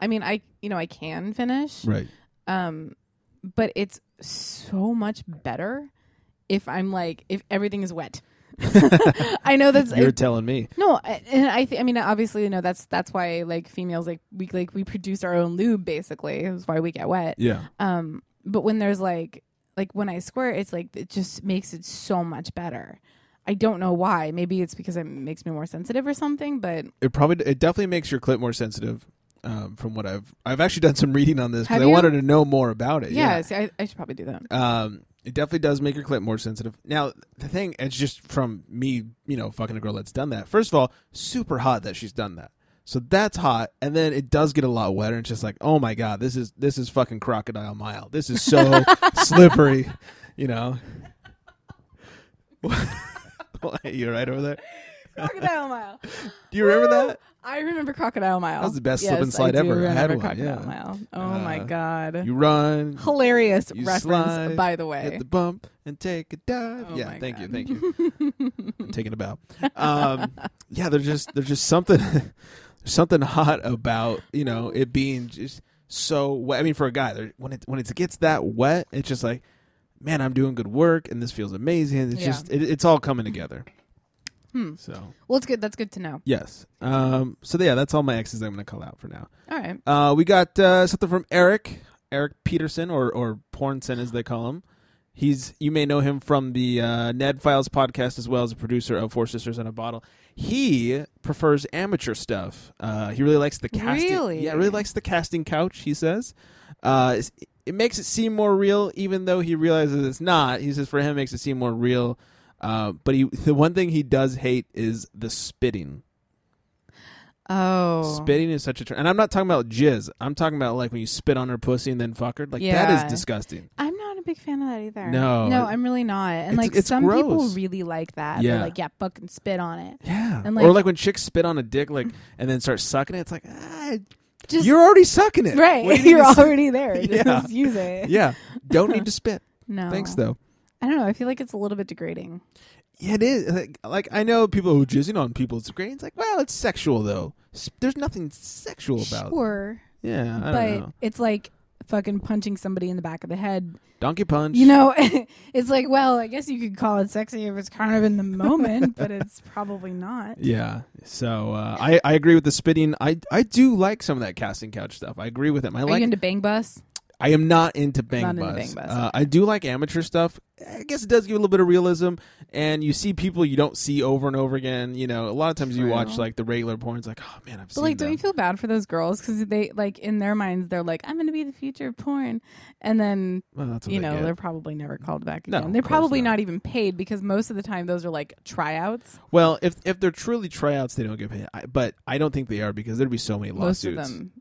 B: I mean, I you know I can finish,
A: right?
B: um, but it's so much better if I'm like if everything is wet. I know that's
A: You're
B: it-
A: telling me,
B: no, I- and I th- I mean obviously you know that's that's why like females like we like we produce our own lube basically. That's why we get wet.
A: yeah.
B: Um, but when there's like like when I squirt, it's like it just makes it so much better. I don't know why. Maybe it's because it makes me more sensitive or something, but
A: It probably it definitely makes your clip more sensitive. Um, from what I've I've actually done some reading on this because
B: Have
A: I
B: you?
A: wanted to know more about it.
B: yeah, see, I, I should probably do that.
A: Um, it definitely does make your clip more sensitive. Now, the thing, it's just from me, you know, fucking a girl that's done that. First of all, super hot that she's done that. So that's hot, and then it does get a lot wetter. And it's just like, oh my god, this is this is fucking crocodile mile. This is so slippery, you know. You're right over there.
B: Crocodile Mile.
A: Do you remember that?
B: I remember Crocodile Mile.
A: That was the best slip
B: Yes,
A: and slide
B: I
A: ever.
B: do
A: I
B: Remember
A: had one,
B: Crocodile
A: yeah.
B: Mile. Oh my
A: Uh,
B: god.
A: You run,
B: Hilarious
A: you
B: reference,
A: slide,
B: by the way.
A: hit the bump and take a dive.
B: Oh
A: yeah,
B: my
A: thank you,
B: God.
A: thank you. I'm taking a bow. Um, yeah, there's just there's just something there's something hot about you know it being just so wet. I mean, for a guy, there, when it when it gets that wet, it's just like, man, I'm doing good work, and this feels amazing. It's
B: Yeah. Hmm.
A: just it, it's all coming together. So
B: well, it's good. That's good to know.
A: yes, um, so yeah, that's all my exes I'm going to call out for now.
B: All right.
A: Uh, we got uh, something from Eric, Eric Peterson, or or Pornson as they call him. He's you may know him from the uh, Ned Files podcast as well as a producer of Four Sisters and a Bottle. He prefers amateur stuff. Uh, he really likes the casting.
B: Really?
A: Yeah, really likes the casting couch. He says. Uh, it's- it makes it seem more real, even though he realizes it's not. He says for him, it makes it seem more real. Uh, but he, the one thing he does hate is the spitting.
B: Oh.
A: Spitting is such a term, and I'm not talking about jizz. I'm talking about like when you spit on her pussy and then fuck her. Like that
B: Yeah.
A: is disgusting.
B: I'm not a big fan of that either.
A: No.
B: No, I'm really not. And
A: It's-
B: like
A: it's
B: some people
A: gross.
B: really like that.
A: Yeah.
B: They're like, yeah, fucking spit on it.
A: Yeah.
B: And,
A: or
B: like-
A: like when chicks spit on a dick, like and then start sucking it. It's like ah,
B: Just
A: you're already sucking it.
B: right.
A: What do you
B: You're
A: need to-
B: already there.
A: Yeah.
B: Just use it.
A: Yeah. Don't need to spit.
B: No.
A: Thanks though.
B: I don't know. I feel like it's a little bit degrading.
A: Yeah, it is. Like, like I know people who jizzing on people. It's great. It's like well, it's sexual though. S- There's nothing sexual about. it.
B: Sure.
A: Yeah. I
B: but
A: don't know.
B: it's like fucking punching somebody in the back of the head.
A: Donkey punch.
B: You know, it's like, well, I guess you could call it sexy if it's kind of in the moment, but it's probably not.
A: Yeah. So uh, I I agree with the spitting. I I do like some of that casting couch stuff. I agree with him. I
B: Are
A: like
B: you into Bang Bus?
A: I am not into bang
B: Not into
A: buzz.
B: bang buzz,
A: Uh, I do like amateur stuff. I guess it does give a little bit of realism, and you see people you don't see over and over again. You know, a lot of times you
B: True.
A: watch like the regular porn. It's like, oh man, I've
B: But
A: seen
B: like, don't
A: them.
B: you feel bad for those girls because they like in their minds they're like, I'm going to be the future of porn, and then
A: Well, that's what
B: you
A: they
B: know
A: get.
B: they're probably never called back
A: No,
B: again.
A: of
B: they're
A: course
B: probably
A: not.
B: not. even paid because most of the time those are like tryouts.
A: well, if if they're truly tryouts, they don't get paid. I, but I don't think they are because there'd be so many
B: Most
A: lawsuits.
B: of them,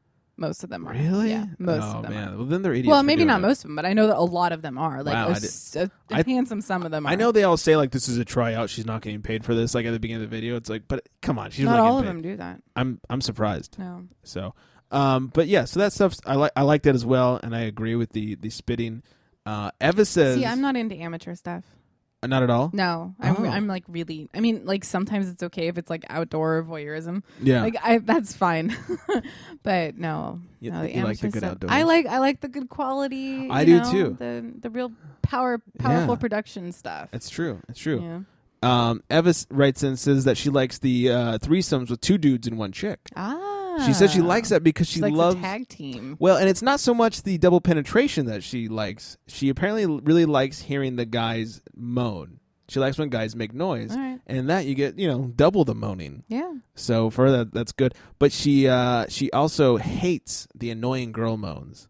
B: most of them are
A: Really?
B: Yeah, most
A: oh
B: of them.
A: man.
B: Are.
A: Well, then they're idiots.
B: Well,
A: for
B: maybe
A: doing
B: not
A: it.
B: most of them, but I know that a lot of them are. Like
A: Wow,
B: a
A: I did-
B: s- a- a
A: I-
B: handsome sum of them. Are.
A: I know they all say like this is a tryout. She's not getting paid for this. Like at the beginning of the video, it's like, but come on, she's
B: not
A: not
B: all of
A: getting
B: them
A: paid.
B: do that.
A: I'm I'm surprised.
B: No.
A: So, um, but yeah, so that stuff's I like I like that as well, and I agree with the the spitting. Uh, Eva says,
B: See, I'm not into amateur stuff.
A: not at all.
B: No, I'm,
A: Oh.
B: I'm like really. I mean, like sometimes it's okay if it's like outdoor voyeurism.
A: Yeah.
B: like I that's fine. but no,
A: You-
B: no, the
A: you
B: amateur
A: like the good
B: stuff.
A: outdoors.
B: I like I like the good quality.
A: I
B: you
A: do
B: know,
A: too.
B: The the real power powerful
A: Yeah.
B: production stuff.
A: It's true. It's true.
B: yeah.
A: Um, Eva s- writes in says that she likes the uh, threesomes with two dudes and one chick.
B: Ah,
A: She says she likes that because she,
B: She likes the
A: loves
B: tag team.
A: Well, and it's not so much the double penetration that she likes. She apparently l- really likes hearing the guys moan. She likes when guys make noise,
B: All right.
A: and that you get you know double the moaning.
B: Yeah,
A: So for that, that's good. But she uh, she also hates the annoying girl moans,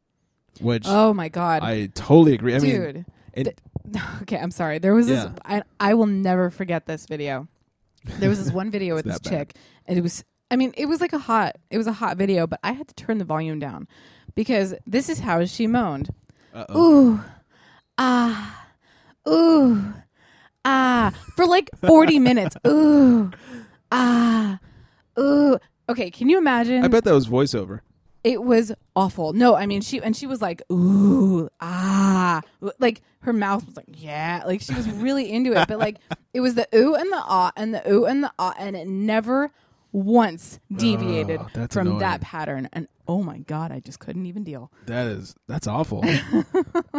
A: which
B: Oh my god,
A: I totally agree. I mean,
B: dude.
A: it,
B: okay, I'm sorry. There was this.
A: Yeah.
B: I I will never forget this video. There was this one video with this
A: that bad.
B: chick, and it was. I mean, it was like a hot. It was a hot video, but I had to turn the volume down because this is how she moaned. Ooh, ah, ooh, ah, for like 40 minutes. Ooh, ah, ooh. Okay, can you imagine?
A: I bet that was voiceover.
B: It was awful. No, I mean she and she was like, ooh, ah, like her mouth was like, yeah, like she was really into it. But like it was the ooh and the ah and the ooh and the ah, and it never once deviated
A: Oh, that's
B: from
A: annoying.
B: that pattern. And oh my god, I just couldn't even deal.
A: That is that's awful.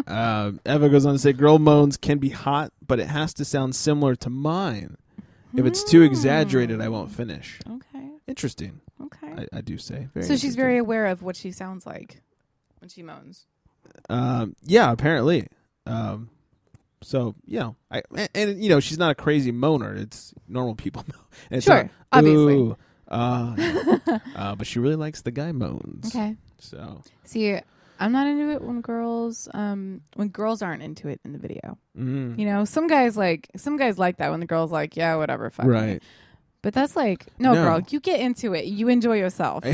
A: um, Eva goes on to say, "Girl moans can be hot, but it has to sound similar to mine. If it's too exaggerated, I won't finish."
B: Okay,
A: Interesting,
B: okay.
A: I, I do say. Very
B: Mm. so she's
A: interesting.
B: very aware of what she sounds like when she moans.
A: Um, yeah, apparently. Um, So you know, I and, and, you know she's not a crazy moaner. It's normal people. moan. And it's
B: Sure,
A: not,
B: obviously.
A: "Ooh," uh, you know. uh, but she really likes the guy moans.
B: Okay.
A: So
B: See, I'm not into it when girls um when girls aren't into it in the video.
A: mm,
B: You know, some guys like some guys like that when the girls like, yeah, whatever, fuck. me."
A: right.
B: But that's like, no,
A: No.
B: girl, you get into it. You enjoy yourself.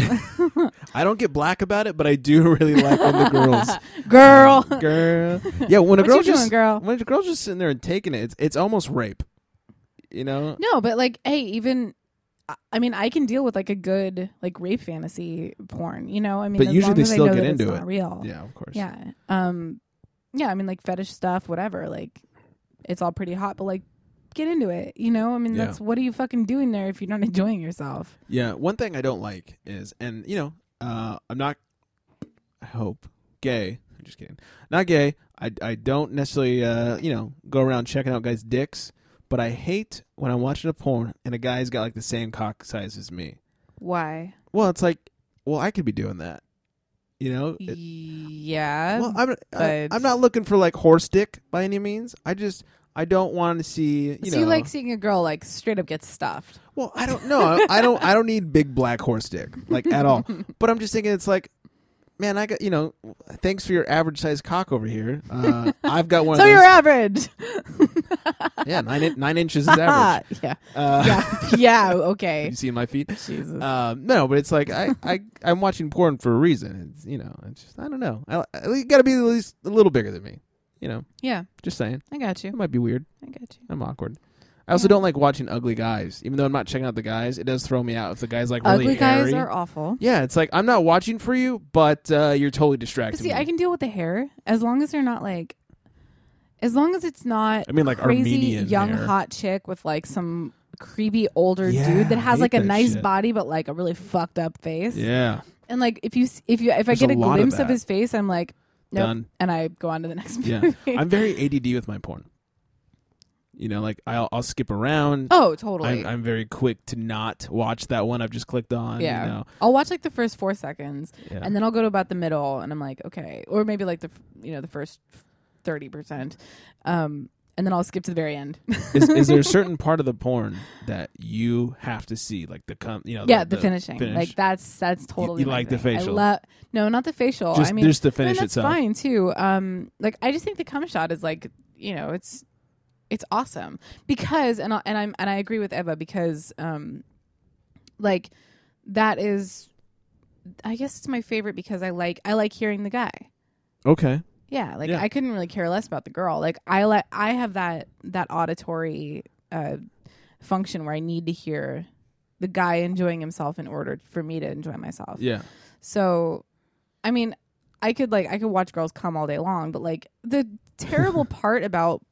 A: I don't get black about it, but I do really like when the girls
B: girl.
A: girl. Yeah, when a
B: What
A: girl
B: you doing,
A: just
B: girl?
A: when a girl's just sitting there and taking it, it's it's almost rape. You know?
B: No, but like, hey, even I- I mean, I can deal with like a good like rape fantasy porn, you know? I mean,
A: But
B: as
A: usually
B: long
A: they
B: as
A: still
B: I know
A: get
B: that
A: into
B: it's
A: it.
B: Not real.
A: Yeah, of course.
B: Yeah. Um yeah, I mean like fetish stuff, whatever, like it's all pretty hot, but like get into it, you know? I mean,
A: Yeah.
B: that's what are you fucking doing there if you're not enjoying yourself?
A: Yeah, one thing I don't like is, and you know, uh, I'm not. I hope gay. I'm just kidding. Not gay. I I don't necessarily uh you know go around checking out guys' dicks, but I hate when I'm watching a porn and a guy's got like the same cock size as me.
B: Why?
A: Well, it's like, well, I could be doing that. You know. It-
B: yeah.
A: well, I'm I,
B: but-
A: I'm not looking for like horse dick by any means. I just I don't want to see you
B: so
A: know.
B: you like seeing a girl like straight up get stuffed.
A: Well, I don't know. I, I don't. I don't need big black horse dick like at all. But I'm just thinking, it's like, man, I got you know, thanks for your average size cock over here. Uh, I've got one.
B: So
A: of
B: you're
A: those,
B: average.
A: yeah, nine in, nine inches is average.
B: yeah.
A: Uh,
B: Yeah. yeah.
A: you
B: Okay.
A: see my feet?
B: Jesus.
A: Um, no, but it's like I, I I'm watching porn for a reason. It's you know, it's just I don't know. I, I, you got to be at least a little bigger than me. You know,
B: yeah.
A: just saying.
B: I got
A: It
B: you.
A: might be weird.
B: I got you.
A: I'm awkward. I also don't like watching ugly guys. Even though I'm not checking out the guys, it does throw me out if the guy's like really
B: Ugly guys
A: hairy.
B: are awful.
A: Yeah, it's like I'm not watching for you, but uh, you're totally
B: But
A: distracting
B: see,
A: me.
B: I can deal with the hair as long as they're not like, as long as it's not.
A: I mean, like,
B: crazy
A: Armenian
B: young
A: hair.
B: hot chick with like some creepy older
A: Yeah,
B: dude that
A: I
B: has
A: hate
B: like a
A: that
B: nice
A: shit.
B: body but like a really fucked up face.
A: yeah,
B: And like if you s- if you if
A: There's
B: I get
A: a
B: a,
A: lot of
B: glimpse of,
A: that.
B: his face, I'm like, nope,
A: Done.
B: and I go on to the next
A: yeah.
B: movie.
A: I'm very ADD with my porn. You know, like I'll, I'll skip around.
B: oh, totally.
A: I'm, I'm very quick to not watch that one I've just clicked on.
B: yeah,
A: You know?
B: I'll watch like the first four seconds,
A: Yeah.
B: and then I'll go to about the middle, and I'm like, okay, or maybe like the f- you know the first thirty percent, um, and then I'll skip to the very end.
A: is, is there a certain part of the porn that you have to see, like the com- you know,
B: yeah, the, finishing.
A: finish?
B: Like that's that's totally.
A: you
B: my
A: like the
B: thing. I
A: facial?
B: love- no, not the facial.
A: Just-
B: I mean,
A: just the
B: I mean,
A: finish
B: that's
A: itself.
B: Fine too. Um, like I just think the cum shot is like you know it's it's awesome because and I, and I'm and I agree with Eva because um, like that is, I guess it's my favorite because I like I like hearing the guy.
A: Okay,
B: Yeah, like
A: Yeah.
B: I couldn't really care less about the girl. Like I like I have that that auditory uh, function where I need to hear the guy enjoying himself in order for me to enjoy myself.
A: yeah,
B: So, I mean, I could like I could watch girls come all day long, but like the terrible part about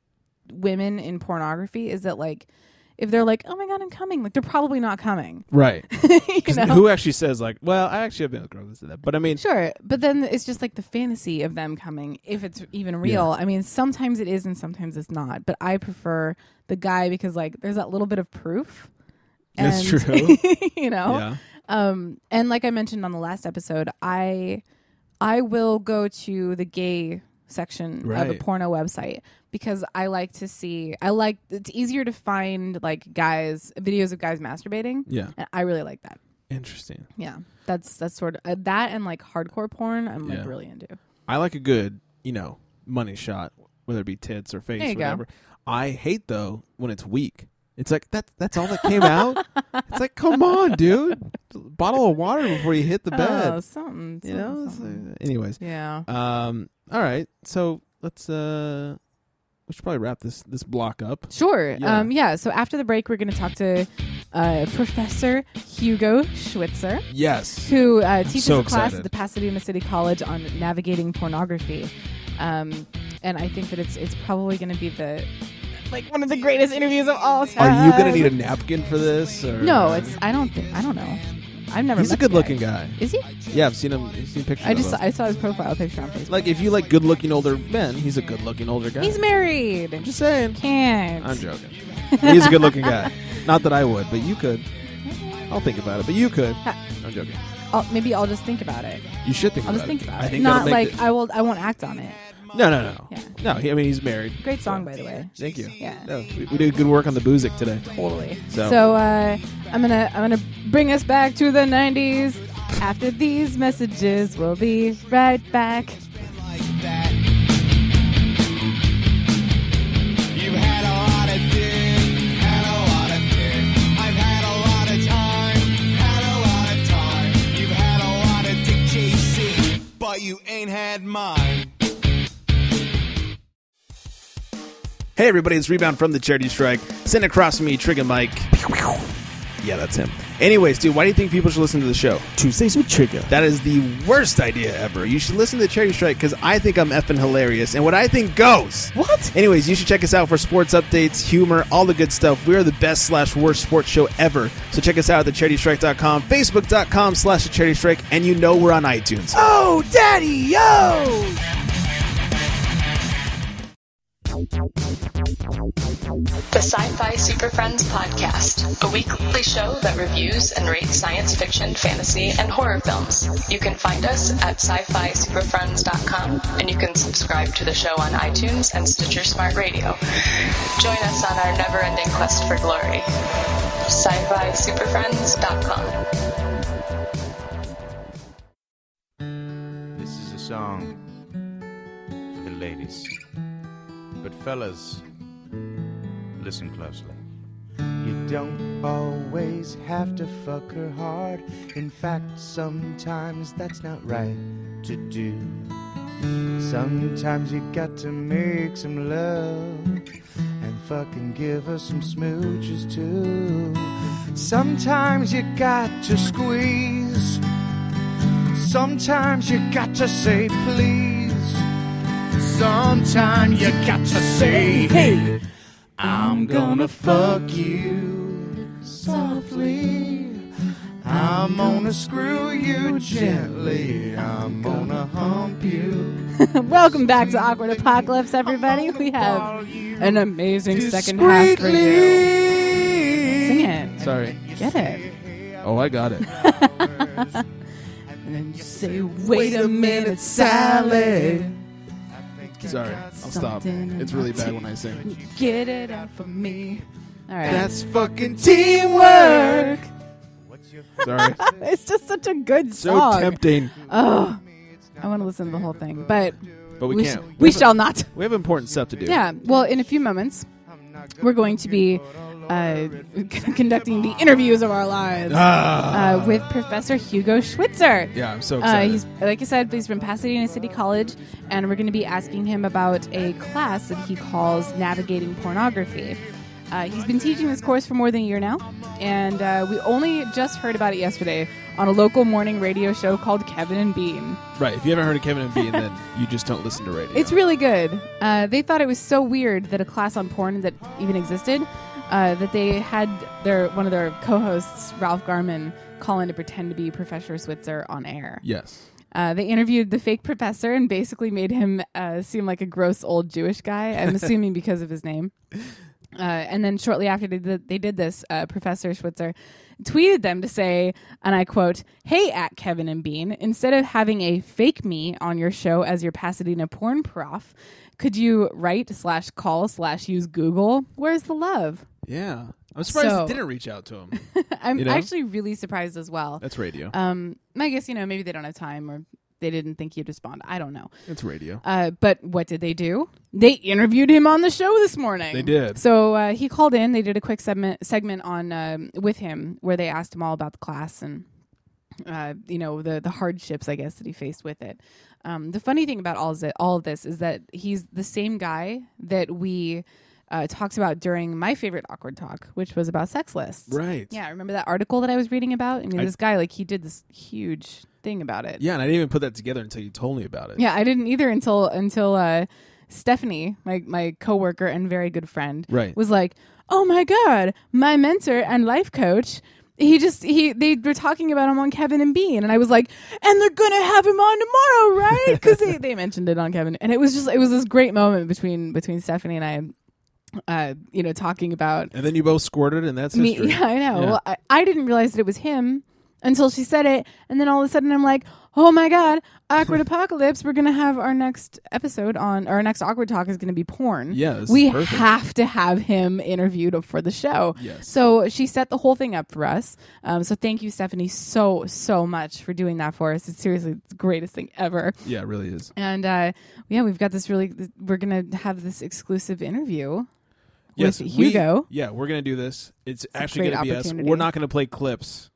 B: women in pornography is that like if they're like, "Oh my god, I'm coming," like they're probably not coming.
A: right.
B: you
A: 'Cause
B: know?
A: Who actually says like, well, I actually have been with girls that said that, but I mean,
B: Sure, but then it's just like the fantasy of them coming, if it's even real. I mean, sometimes it is and sometimes it's not. But I prefer the guy because like there's that little bit of proof.
A: That's
B: And-
A: true.
B: you know.
A: yeah,
B: Um, and like I mentioned on the last episode, I I will go to the gay section of a
A: Right.
B: porno website because I like to see. I like it's easier to find like guys videos of guys masturbating.
A: Yeah.
B: and I really like that.
A: interesting.
B: Yeah, that's that's sort of uh, that and like hardcore porn. I'm
A: Yeah.
B: like really into.
A: I like a good, you know, money shot, whether it be tits or face,
B: There you go.
A: whatever. I hate though when it's weak. It's like that. That's all that came out. it's like, come on, dude, bottle of water before you hit the bed.
B: Oh, something,
A: you know.
B: something,
A: It's
B: something.
A: like- anyways,
B: yeah.
A: um, all right. So let's uh, we should probably wrap this this block up.
B: Sure.
A: Yeah.
B: Um, yeah. So after the break, we're going to talk to uh, Professor Hugo Schwitzer,
A: Yes.
B: who uh, teaches
A: so
B: a class
A: excited.
B: at the Pasadena City College on navigating pornography. Um, and I think that it's it's probably going to be the like one of the greatest interviews of all time.
A: Are you gonna need a napkin for this? Or?
B: No, it's I don't think I don't know. I've never.
A: He's a
B: met the
A: good-looking guy.
B: Is he?
A: Yeah, I've seen him. I've seen pictures.
B: I
A: of
B: just
A: him.
B: I saw his profile picture on Facebook.
A: like if you like good-looking older men, he's a good-looking older guy.
B: He's married.
A: I'm just saying.
B: can't.
A: I'm joking. He's a good looking guy. Not that I would, but you could. I'll think about it, but you could. I'm joking.
B: I'll, maybe I'll just think about it.
A: You should think
B: I'll
A: about it.
B: just think about
A: I
B: it.
A: think
B: Not
A: that'll
B: like
A: make the-
B: I will. I won't act on it.
A: No, no, no.
B: Yeah.
A: No, he, I mean, he's married.
H: Great song, by the way.
A: Thank you.
B: Yeah.
A: No, we, we did good work on the boozic today.
H: Totally.
A: So,
B: So uh, I'm gonna I'm gonna bring us back to the '90s. After these messages, we'll be right back.
I: You've had a lot of dick, had a lot of dick. I've had a lot of time, had a lot of time. You've had a lot of dick, JC, but you ain't had mine.
A: hey everybody, it's Rebound from the Charity Strike. Send across to me, Trigger Mike. Yeah, that's him. Anyways, dude, why do you think people should listen to the show?
J: Tuesdays with Trigger.
A: That is the worst idea ever. You should listen to the Charity Strike because I think I'm effing hilarious, and what I think goes.
J: What?
A: Anyways, you should check us out for sports updates, humor, all the good stuff. We are the best slash worst sports show ever. So check us out at thecharitystrike.com, facebook.com slash the charity strike, and you know we're on iTunes.
J: Oh, daddy, yo!
K: The Sci-Fi Super Friends podcast, a weekly show that reviews and rates science fiction, fantasy, and horror films. You can find us at sci-fi-superfriends.com, and you can subscribe to the show on iTunes and Stitcher Smart Radio. Join us on our never-ending quest for glory. Sci-fi-superfriends.com.
I: This is a song for the ladies. But fellas, listen closely. You don't always have to fuck her hard. In fact, sometimes that's not right to do. Sometimes you got to make some love and fucking give her some smooches too. Sometimes you got to squeeze. Sometimes you got to say please. Sometimes you got to say hey. I'm gonna fuck you softly. I'm gonna screw you gently. I'm gonna hump you.
B: Welcome back to Awkward Apocalypse, everybody. We have an amazing second half for you. Sing it.
A: Sorry.
B: Get it.
A: Oh, I got it.
B: And then you say, "Wait a minute, Sally."
A: Sorry. I'll stop.
B: Something
A: It's really bad when I sing.
B: Get it out for me. All right.
I: That's fucking teamwork.
A: Sorry.
B: it's just such a good
A: So
B: song.
A: tempting.
B: oh, I want to listen to the whole thing, but
A: But we,
B: we,
A: can't.
B: sh-
A: We,
B: we
A: have,
B: shall not.
A: we have important stuff to do.
B: Yeah. Well, in a few moments, we're going to be uh, conducting the interviews of our lives
A: Ah.
B: uh, with Professor Hugo Schwitzer.
A: yeah, I'm so
B: Uh,
A: excited.
B: he's like I said, he's from Pasadena City College, and we're going to be asking him about a class that he calls "Navigating Pornography." Uh, he's been teaching this course for more than a year now, and uh, we only just heard about it yesterday on a local morning radio show called Kevin and Bean.
A: right. If you haven't heard of Kevin and Bean, then you just don't listen to radio.
B: It's really good. Uh, they thought it was so weird that a class on porn that even existed uh, that they had their one of their co-hosts Ralph Garman call in to pretend to be Professor Switzer on air.
A: yes.
B: Uh, they interviewed the fake professor and basically made him uh, seem like a gross old Jewish guy. I'm assuming because of his name. Uh, and then shortly after they did, they did this, uh, Professor Schwitzer tweeted them to say, and I quote, Hey, at Kevin and Bean, instead of having a fake me on your show as your Pasadena porn prof, could you write slash call slash use Google? Where's the love?
A: Yeah. I'm surprised
B: So-
A: it didn't reach out to him.
B: I'm
A: You know?
B: actually really surprised as well.
A: That's radio.
B: Um, I guess, you know, maybe they don't have time or they didn't think you'd respond. I don't know.
A: it's radio.
B: Uh, but what did they do? They interviewed him on the show this morning.
A: They did.
B: So uh, he called in. They did a quick segment segment on um, with him where they asked him all about the class and uh, you know the the hardships I guess that he faced with it. Um, the funny thing about all of it, all of this is that he's the same guy that we uh, talked about during my favorite awkward talk, which was about sex lists.
A: right.
B: Yeah, remember that article that I was reading about? I mean,
A: I-
B: this guy like he did this huge thing about it.
A: Yeah, and I didn't even put that together until you told me about it.
B: Yeah, I didn't either until until uh, Stephanie, my my coworker and very good friend,
A: Right.
B: was like, "Oh my god, my mentor and life coach." He just he they were talking about him on Kevin and Bean, and I was like, and they're gonna have him on tomorrow, right? Because they, they mentioned it on Kevin, and it was just it was this great moment between between Stephanie and I, uh, you know, talking about
A: And then you both squirted, and that's
B: me.
A: history.
B: Yeah, I know.
A: Yeah.
B: Well, I, I didn't realize that it was him until she said it, and then all of a sudden I'm like, oh my god, awkward apocalypse. We're gonna have our next episode on our next awkward talk is gonna be porn.
A: Yeah, this is
B: we
A: perfect.
B: have to have him interviewed for the show.
A: Yes.
B: So she set the whole thing up for us. Um, so thank you, Stephanie, so so much for doing that for us. It's seriously the greatest thing ever.
A: Yeah, it really is.
B: And uh, yeah, we've got this really. th- We're gonna have this exclusive interview
A: Yes,
B: with
A: we-
B: Hugo.
A: yeah, we're gonna do this. It's,
B: a
A: actually
B: great
A: gonna be us.
B: opportunity.
A: We're not gonna play clips.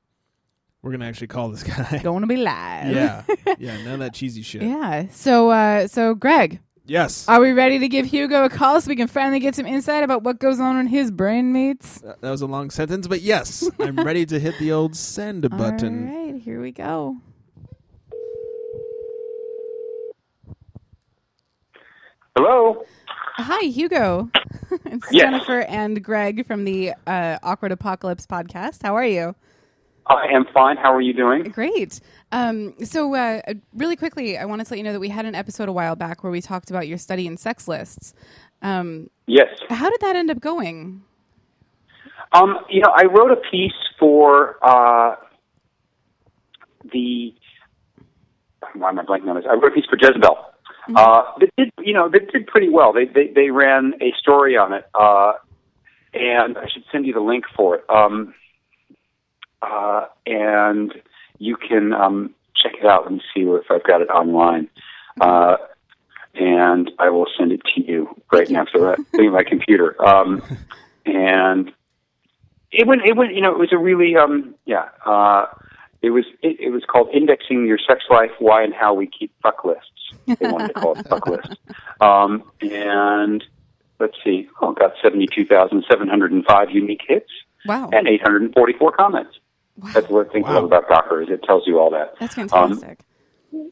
A: We're gonna actually call this guy.
B: Don't want to be live.
A: yeah, yeah, none of that cheesy shit.
B: Yeah. So, uh, so Greg,
A: Yes,
B: are we ready to give Hugo a call so we can finally get some insight about what goes on in his brain mates?
A: that was a long sentence, but yes, I'm ready to hit the old send button.
B: All right, here we go.
H: Hello.
B: Hi, Hugo. it's
H: Yes.
B: Jennifer and Greg from the uh, Awkward Apocalypse podcast. How are you?
H: I am fine. How are you doing?
B: Great. Um, so, uh, really quickly, I wanted to let you know that we had an episode a while back where we talked about your study in sex lists. Um,
H: Yes.
B: how did that end up going?
H: Um, you know, I wrote a piece for uh, the. Why am I blanking on this? I wrote a piece for Jezebel. Uh, that did, you know, that did pretty well. They they, they ran a story on it, uh, and I should send you the link for it. Um, uh, and you can um, check it out. Let me see if I've got it online. Uh, and I will send it to you right now. So that leave my computer. Um, and it went, it went, you know, it was a really, um, yeah, uh, it was, it, it was called indexing your sex life, why and how we keep fuck lists. They wanted to call it fuck list. Um, and let's see, oh, it got 72,705 unique hits
B: Wow.
H: and 844 comments. That's what I think I love about Docker is it tells you all that.
B: That's
H: Um,
B: fantastic.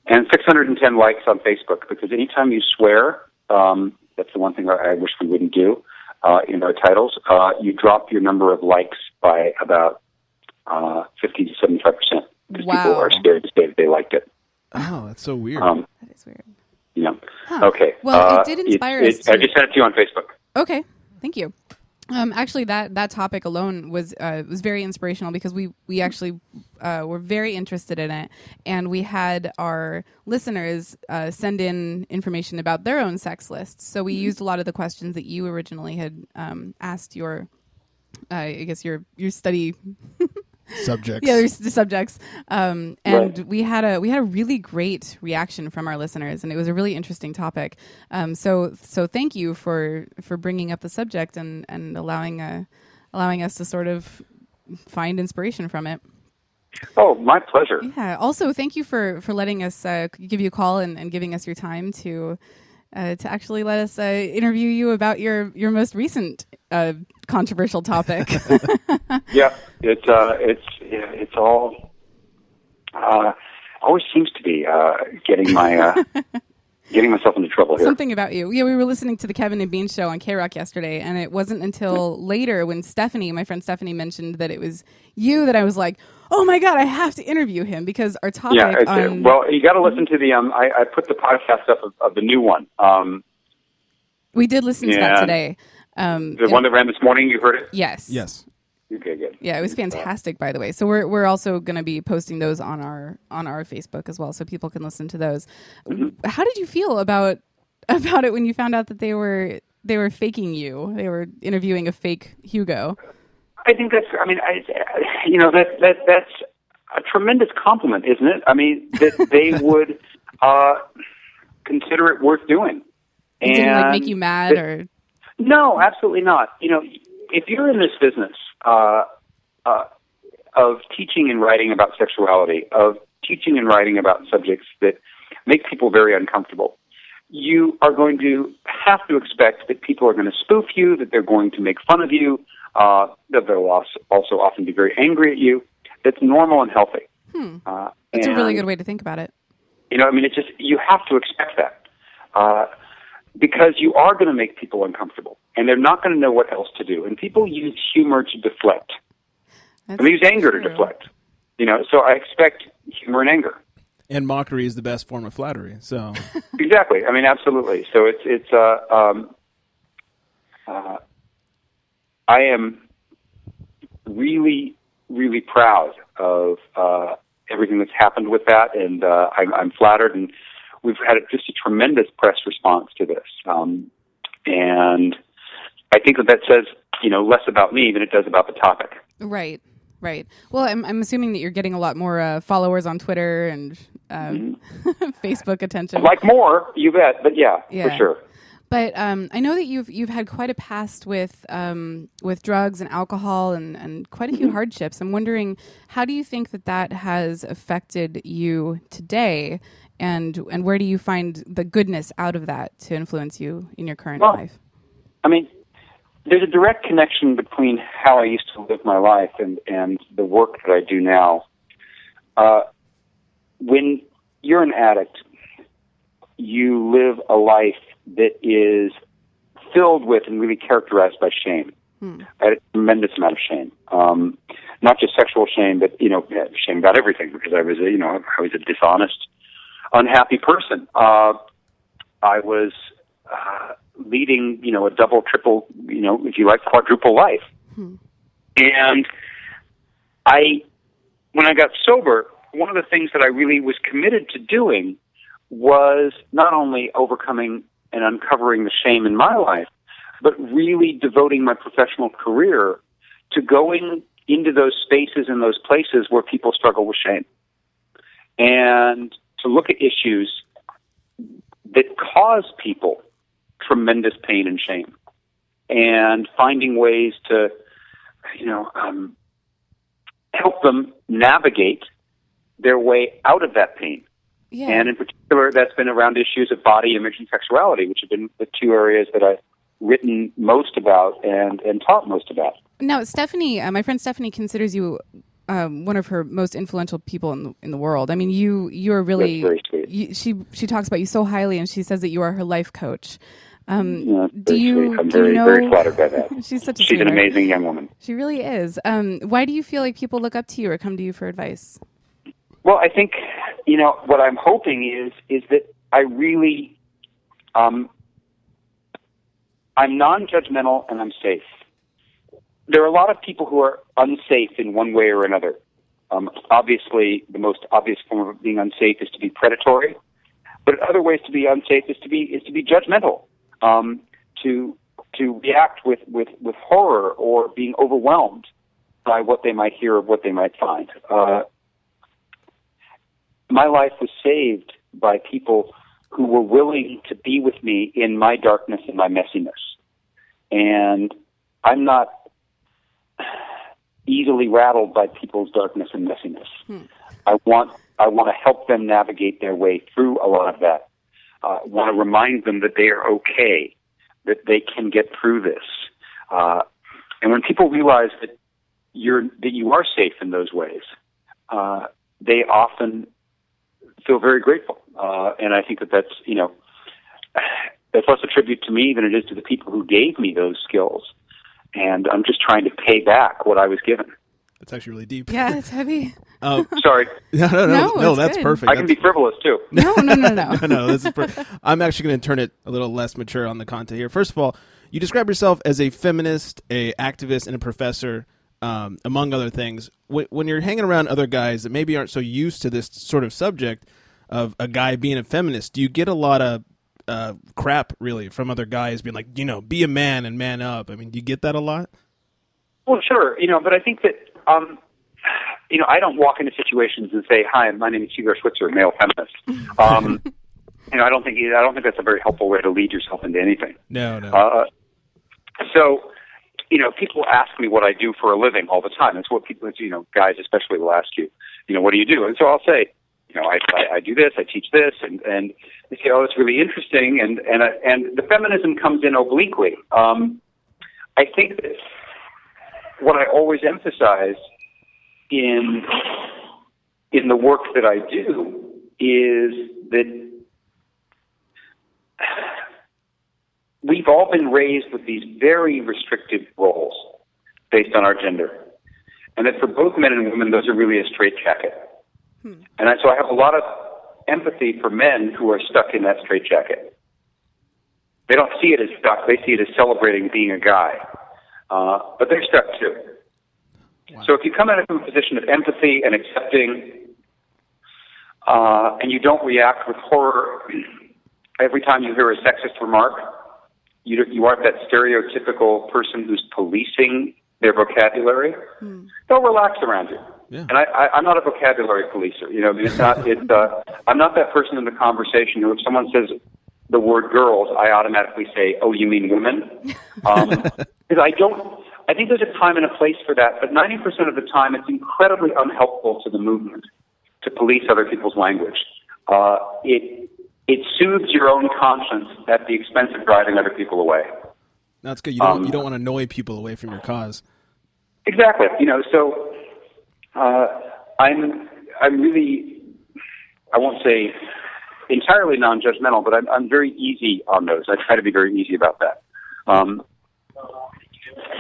H: and 610 likes on Facebook because anytime you swear, um, that's the one thing I I wish we wouldn't do uh, in our titles. Uh, you drop your number of likes by about uh, 50 to 75 percent because people
B: wow.
H: are scared to say that they liked it.
A: Oh, that's so weird.
H: Um,
B: that is weird.
H: Yeah.
B: Huh.
H: Okay.
B: Well, it
H: Uh,
B: did inspire
H: it-
B: us to-
H: I just sent it to you on Facebook.
B: Okay, thank you. Um, actually, that that topic alone was uh, was very inspirational because we we actually uh, were very interested in it, and we had our listeners uh, send in information about their own sex lists. So we used a lot of the questions that you originally had um, asked your, uh, I guess your your study
I: Subjects.
B: yeah, there's the subjects. Um, and
I: Right.
B: we had a we had a really great reaction from our listeners, and it was a really interesting topic. Um, so so thank you for for bringing up the subject and and allowing uh, allowing us to sort of find inspiration from it.
H: Oh, my pleasure.
B: Yeah. Also, thank you for for letting us uh, c- give you a call and, and giving us your time to. Uh, to actually let us uh, interview you about your, your most recent uh, controversial topic.
H: Yeah. It's uh, it's yeah, it's all uh, always seems to be uh, getting my uh, getting myself into trouble here.
B: Something about you. Yeah, we were listening to the Kevin and Bean show on K Rock yesterday, and it wasn't until later when Stephanie, my friend Stephanie, mentioned that it was you that I was like, oh my God, I have to interview him because our topic
H: Yeah, it's, uh,
B: on. Mhm.
H: well, you got to listen to the. Um, I, I put the podcast up of, of the new one, um,
B: we did listen to that
H: yeah.
B: today. Um,
H: the one that ran this morning. You heard it?
B: Yes.
A: Yes.
H: Okay, good.
B: Yeah, it was fantastic, by the way. So we're we're also going to be posting those on our on our Facebook as well, so people can listen to those.
H: Mm-hmm.
B: How did you feel about about it when you found out that they were they were faking you? They were interviewing a fake Hugo.
H: I think that's. I mean, I, you know, that that that's a tremendous compliment, isn't it? I mean, that they would uh, consider it worth doing.
B: It didn't like make
H: And
B: you mad
H: that-
B: or
H: No, absolutely not. You know, if you're in this business uh, uh, of teaching and writing about sexuality, of teaching and writing about subjects that make people very uncomfortable, you are going to have to expect that people are going to spoof you, that they're going to make fun of you, uh, that they'll als- also often be very angry at you. That's normal and healthy.
B: Hmm.
H: Uh,
B: That's a
H: and-
B: really good way to think about it.
H: you know, I mean, it's just you have to expect that uh, because you are going to make people uncomfortable, and they're not going to know what else to do. And people use humor to deflect.
B: That's
H: and they use anger to deflect. You know, so I expect humor and anger.
A: And mockery is the best form of flattery. So
H: exactly. I mean, absolutely. So it's it's. Uh, um, uh, I am really really proud of uh, everything that's happened with that, and uh, I'm, I'm flattered. And we've had just a tremendous press response to this, um, and I think that that says you know less about me than it does about the topic.
B: Right, right. Well, I'm, I'm assuming that you're getting a lot more uh, followers on Twitter and um,
H: Mm-hmm.
B: Facebook attention.
H: Like more, you bet, but yeah,
B: Yeah.
H: for sure.
B: But um, I know that you've you've had quite a past with um, with drugs and alcohol and, and quite a few
H: Mm-hmm.
B: hardships. I'm wondering how do you think that that has affected you today, and and where do you find the goodness out of that to influence you in your current
H: Well-
B: life?
H: I mean, there's a direct connection between how I used to live my life and and the work that I do now. Uh, when you're an addict, you live a life that is filled with and really characterized by shame. I had a tremendous amount of shame, um, not just sexual shame, but you know, shame about everything because I was, a, you know, I was a dishonest, unhappy person. Uh, I was uh, leading, you know, a double, triple, you know, if you like, quadruple life. And I, when I got sober, one of the things that I really was committed to doing was not only overcoming and uncovering the shame in my life, but really devoting my professional career to going into those spaces and those places where people struggle with shame and to look at issues that cause people tremendous pain and shame, and finding ways to, you know, um, help them navigate their way out of that pain.
B: Yeah.
H: And in particular, that's been around issues of body image and sexuality, which have been the two areas that I've written most about and, and taught most about.
B: Now, Stephanie, uh, my friend Stephanie considers you um, one of her most influential people in the, in the world. I mean, you you are really
H: That's very sweet.
B: You, she she talks about you so highly, and she says that you are her life coach. Um,
H: Yeah, that's
B: do
H: very
B: you?
H: sweet. I'm
B: do you
H: very,
B: know-
H: very flattered by that.
B: She's such a
H: She's an
B: sweetheart.
H: amazing young woman.
B: She really is. Um, why do you feel like people look up to you or come to you for advice?
H: Well, I think you know what I'm hoping is is that I really, um, I'm non-judgmental and I'm safe. There are a lot of people who are unsafe in one way or another. Um, obviously, the most obvious form of being unsafe is to be predatory, but other ways to be unsafe is to be is to be judgmental, um, to to react with, with, with horror or being overwhelmed by what they might hear or what they might find. Uh, my life was saved by people who were willing to be with me in my darkness and my messiness. And I'm not easily rattled by people's darkness and messiness. I want I want to help them navigate their way through a lot of that. Uh, want to remind them that they are okay, that they can get through this. Uh, and when people realize that you're that you are safe in those ways, uh, they often feel very grateful. Uh, and I think that that's, you know, that's less a tribute to me than it is to the people who gave me those skills. And I'm just trying to pay back what I was given.
A: That's actually really deep.
B: Yeah, it's heavy.
A: Um,
H: Sorry.
A: No, no, no,
B: No,
A: no.
B: it's
A: that's
B: good.
A: perfect.
H: I can be
A: That's-
H: frivolous too.
B: No, no, no, no.
A: no, no. This is per- I'm actually going to turn it a little less mature on the content here. First of all, you describe yourself as a feminist, a activist, and a professor, um, among other things. When, when you're hanging around other guys that maybe aren't so used to this sort of subject of a guy being a feminist, do you get a lot of uh, crap really from other guys being like, you know, be a man and man up? I mean, do you get that a lot?
H: Well, sure, you know, but I think that, um, you know, I don't walk into situations and say, "Hi, my name is Hugo Schwitzer, male feminist." Um, you know, I don't think I don't think that's a very helpful way to lead yourself into anything.
A: No, no.
H: Uh, so, you know, people ask me what I do for a living all the time. It's what people, you know, guys especially will ask you, you know, what do you do? And so I'll say, you know, I, I, I do this, I teach this, and and they say, oh, it's really interesting, and and I, and the feminism comes in obliquely. Um, I think that what I always emphasize in in the work that I do is that we've all been raised with these very restrictive roles based on our gender. And that for both men and women, those are really a straitjacket. And I, so I have a lot of empathy for men who are stuck in that straitjacket. They don't see it as stuck, they see it as celebrating being a guy. Uh, but they're stuck too. So if you come at it from a position of empathy and accepting uh, and you don't react with horror every time you hear a sexist remark. You don't- you aren't that stereotypical person who's policing their vocabulary. They'll relax around you. And I, I, I'm not a vocabulary policer. You know, it's not. It's uh, I'm not that person in the conversation who, if someone says the word girls, I automatically say, "Oh, you mean women?" Because I don't. I think there's a time and a place for that, but 90% of the time, it's incredibly unhelpful to the movement to police other people's language. Uh, it it soothes your own conscience at the expense of driving other people away.
A: That's good. You don't
H: Um,
A: you don't want to annoy people away from your cause.
H: Exactly. You know, so uh, I'm I'm really I won't say entirely non-judgmental, but I'm I'm very easy on those. I try to be very easy about that. Um,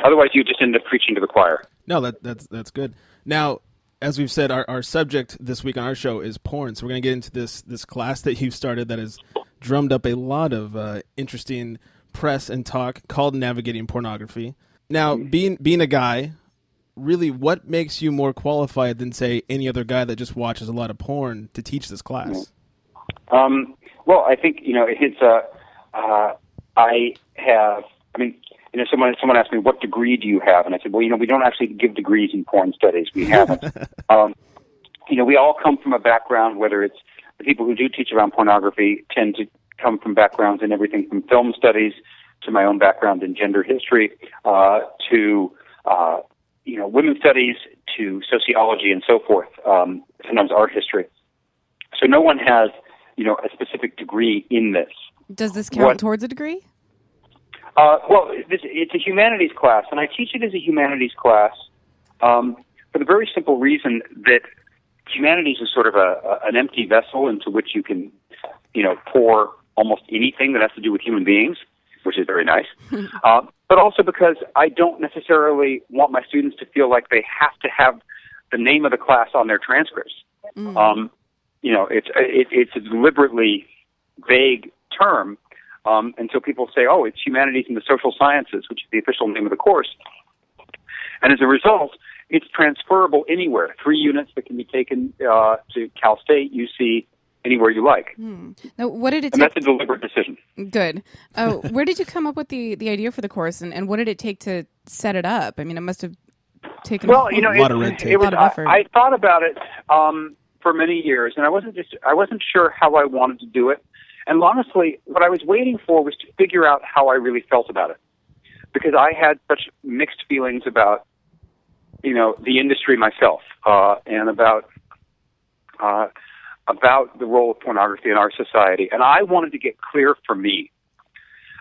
H: otherwise, you just end up preaching to the choir.
A: No, that that's that's good. Now, as we've said, our, our subject this week on our show is porn. So we're going to get into this this class that you've started that has drummed up a lot of uh, interesting press and talk called navigating pornography. Now,
H: Mm-hmm.
A: being being a guy, really, what makes you more qualified than say any other guy that just watches a lot of porn to teach this class?
H: Um, well, I think you know it's a. Uh, I have. I mean, you know, someone someone asked me what degree do you have, and I said, well, you know, we don't actually give degrees in porn studies. We haven't. um, you know, we all come from a background. Whether it's the people who do teach around pornography tend to come from backgrounds in everything from film studies to my own background in gender history uh, to uh, you know women's studies to sociology and so forth. Um, sometimes art history. So no one has you know, a specific degree in this.
B: Does this count
H: What-
B: towards a degree?
H: Uh, well, this, it's a humanities class, and I teach it as a humanities class um, for the very simple reason that humanities is sort of a, a an empty vessel into which you can, you know, pour almost anything that has to do with human beings, which is very nice. uh, but also because I don't necessarily want my students to feel like they have to have the name of the class on their transcripts. Um, you know, it's it, it's a deliberately vague term, um, and so people say, "Oh, it's humanities and the social sciences," which is the official name of the course. And as a result, it's transferable anywhere. Three units that can be taken uh, to Cal State, UC, anywhere you like,
B: Now, what did it
H: and
B: take?
H: that's a deliberate decision.
B: Good. Oh, where did you come up with the, the idea for the course, and, and what did it take to set it up? I mean, it must have taken
H: Well,
B: a
H: you know,
B: lot
H: it,
B: of
H: it was, uh,
B: effort.
H: I, I thought about it um, for many years, and I wasn't just I wasn't sure how I wanted to do it. And honestly, what I was waiting for was to figure out how I really felt about it, because I had such mixed feelings about, you know, the industry myself, uh, and about, uh, about the role of pornography in our society. And I wanted to get clear for me,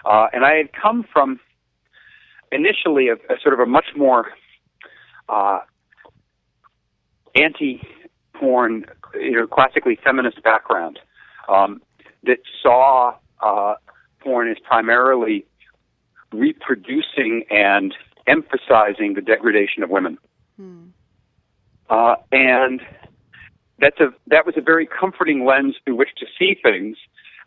H: uh, and I had come from initially a, a sort of a much more uh, anti-porn, you know, classically feminist background um, that saw uh, porn as primarily reproducing and emphasizing the degradation of women, uh, and that's a that was a very comforting lens through which to see things.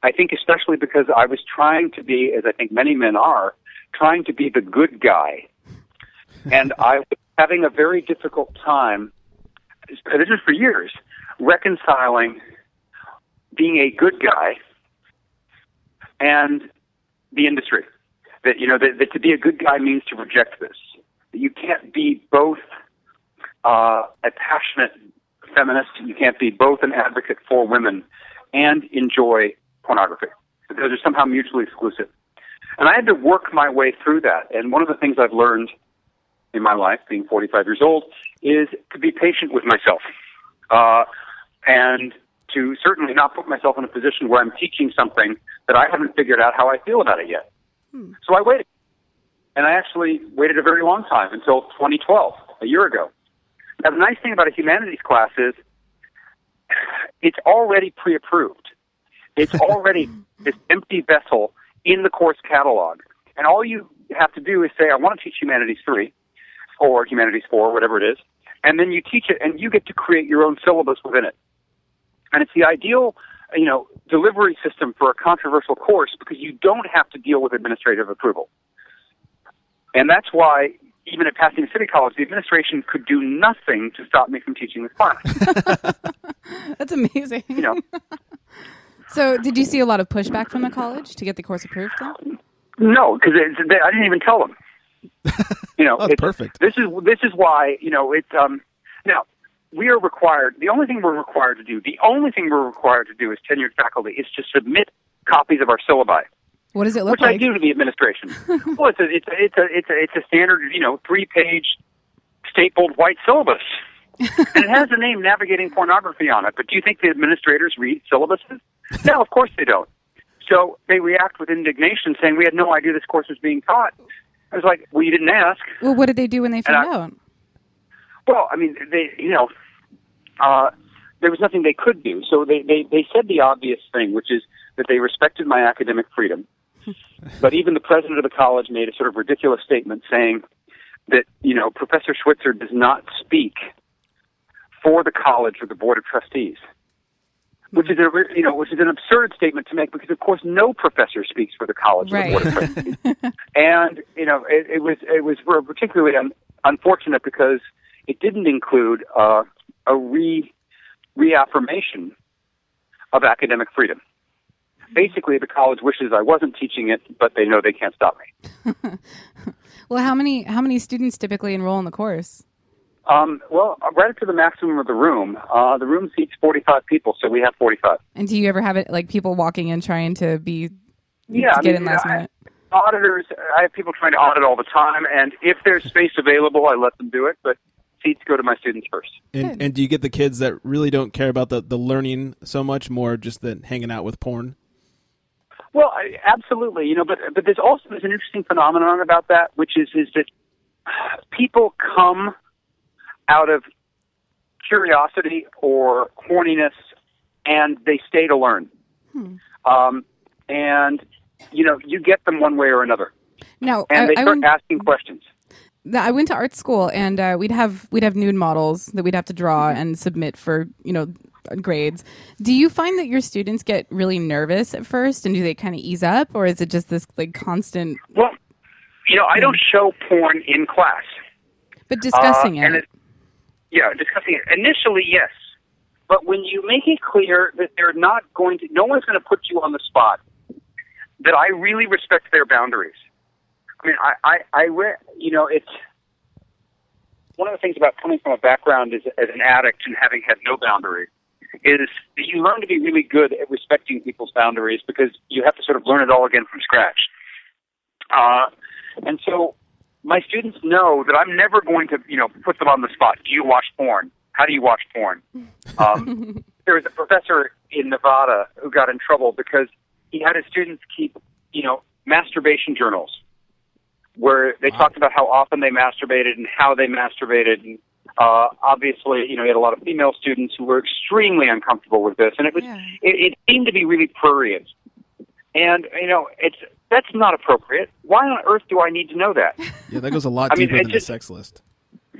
H: I think, especially because I was trying to be, as I think many men are, trying to be the good guy and I was having a very difficult time. This is for years reconciling being a good guy and the industry. That you know that, that to be a good guy means to reject this. That you can't be both uh, a passionate feminist, you can't be both an advocate for women and enjoy pornography. That Those are somehow mutually exclusive. And I had to work my way through that. And one of the things I've learned in my life, being 45 years old, is to be patient with myself. Uh, and to certainly not put myself in a position where I'm teaching something that I haven't figured out how I feel about it yet. So I waited. And I actually waited a very long time until 2012, a year ago. Now, the nice thing about a humanities class is it's already pre approved, it's already this empty vessel in the course catalog. And all you have to do is say, I want to teach Humanities 3 or Humanities 4, whatever it is. And then you teach it and you get to create your own syllabus within it. And it's the ideal, you know, delivery system for a controversial course because you don't have to deal with administrative approval. And that's why even at Pasadena City College, the administration could do nothing to stop me from teaching this class.
B: That's That's amazing.
H: You know,
B: So, did you see a lot of pushback from the college to get the course approved? Then?
H: no, because I didn't even tell them. You know, it's,
A: perfect.
H: This is this is why you know it's um now we are required. The only thing we're required to do, the only thing we're required to do as tenured faculty, is to submit copies of our syllabi.
B: What does it look
H: which
B: like?
H: I do to the administration. well, it's a, it's a, it's a, it's a, it's a standard, you know, three-page stapled white syllabus, and it has the name "Navigating Pornography" on it. But do you think the administrators read syllabuses? No, of course they don't. So they react with indignation, saying, "We had no idea this course was being taught." I was like, "Well, you didn't ask."
B: Well, what did they do when they
H: And
B: found
H: I-
B: out?
H: Well, I mean, they, you know, uh, there was nothing they could do. So they, they, they said the obvious thing, which is that they respected my academic freedom. but even the president of the college made a sort of ridiculous statement saying that, you know, Professor Schwitzer does not speak for the college or the board of trustees. Which is a re- you know which is an absurd statement to make because of course no professor speaks for the college or the
B: Right.
H: board of trustees and you know it, it was it was particularly un- unfortunate because it didn't include uh, a re reaffirmation of academic freedom. Basically, the college wishes I wasn't teaching it, but they know they can't stop me.
B: well, how many how many students typically enroll in the course?
H: Um, well, right up to the maximum of the room. Uh, the room seats 45 people, so we have 45.
B: And do you ever have it like people walking in trying to be
H: Yeah,
B: to
H: I
B: get
H: mean,
B: in last
H: I-
B: minute?
H: Auditors, I have people trying to audit all the time, and if there's space available, I let them do it, but seats go to my students first.
A: And, and do you get the kids that really don't care about the, the learning so much, more just than hanging out with porn?
H: Well, I, absolutely, you know, but but there's also there's an interesting phenomenon about that, which is is that people come out of curiosity or horniness, and they stay to learn,
B: Hmm.
H: um, and you know, you get them one way or another,
B: No,
H: and
B: I,
H: they
B: I
H: start
B: went,
H: asking questions.
B: th- I went to art school, and uh, we'd have we'd have nude models that we'd have to draw
H: Mm-hmm.
B: and submit for you know grades. Do you find that your students get really nervous at first, and do they kind of ease up, or is it just this like constant
H: Well, you know, I don't
B: Hmm.
H: show porn in class.
B: but discussing
H: Uh, and
B: it?
H: Yeah, discussing it. Initially, yes. But when you make it clear that they're not going to, no one's going to put you on the spot, that I really respect their boundaries. I mean, I, I, I re- you know, it's one of the things about coming from a background as, as an addict and having had no boundaries is that you learn to be really good at respecting people's boundaries because you have to sort of learn it all again from scratch. Uh, and so my students know that I'm never going to, you know, put them on the spot. Do you watch porn? How do you watch porn? Um, there was a professor in Nevada who got in trouble because he had his students keep, you know, masturbation journals where they talked about how often they masturbated and how they masturbated. And uh, obviously, you know, he had a lot of female students who were extremely uncomfortable with this, and it was it, it seemed to be really prurient. And you know, it's that's not appropriate. Why on earth do I need to know that?
A: Yeah, that goes a lot
H: I mean,
A: deeper
H: it
A: than
H: just-
A: the sex list.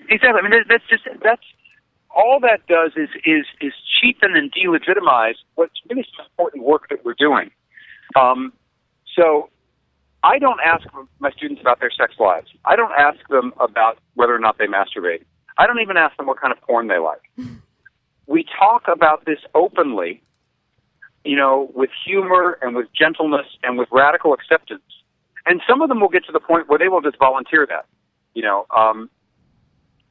H: Exactly. I mean, that- that's just that's all that does is is is cheapen and delegitimize what's really some important work that we're doing. Um, so I don't ask my students about their sex lives. I don't ask them about whether or not they masturbate. I don't even ask them what kind of porn they like. we talk about this openly, you know, with humor and with gentleness and with radical acceptance. And some of them will get to the point where they will just volunteer that, you know. Um,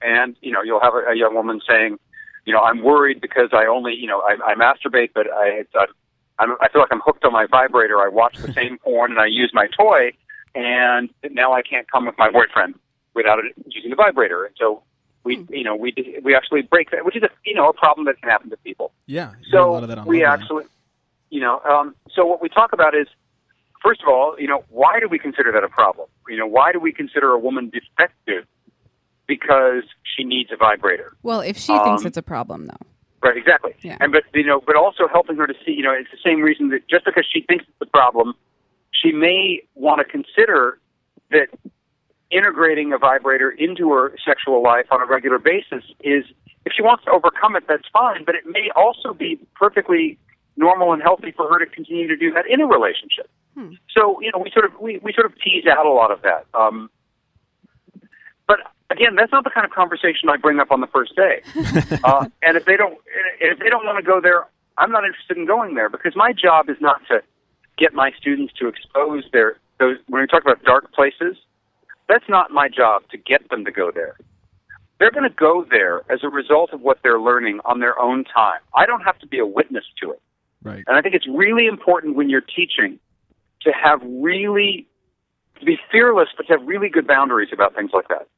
H: and you know you'll have a, a young woman saying, you know, I'm worried because I only, you know, I, I masturbate, but I, I, I'm, I feel like I'm hooked on my vibrator. I watch the same porn and I use my toy, and now I can't come with my boyfriend without it, using the vibrator. And so we, you know, we we actually break that, which is a you know a problem that can happen to people.
A: Yeah, you get a lot of that
H: So
A: on
H: we actually, you know, um, so what we talk about is, first of all, you know, why do we consider that a problem? You know, why do we consider a woman defective because she needs a vibrator?
B: Well, if she thinks
H: um,
B: it's a problem, though.
H: Right, exactly. And but you know, but also helping her to see, you know, it's the same reason that just because she thinks it's a problem, she may want to consider that integrating a vibrator into her sexual life on a regular basis is if she wants to overcome it, that's fine, but it may also be perfectly normal and healthy for her to continue to do that in a relationship. So, you know, we sort of we, we sort of tease out a lot of that. Um, but again, that's not the kind of conversation I bring up on the first day. uh, and if they don't, and if they don't want to go there, I'm not interested in going there because my job is not to get my students to expose their those. When we talk about dark places, that's not my job to get them to go there. They're going to go there as a result of what they're learning on their own time. I don't have to be a witness to it.
A: Right.
H: And I think it's really important when you're teaching to have really to be fearless, but to have really good boundaries about things like that.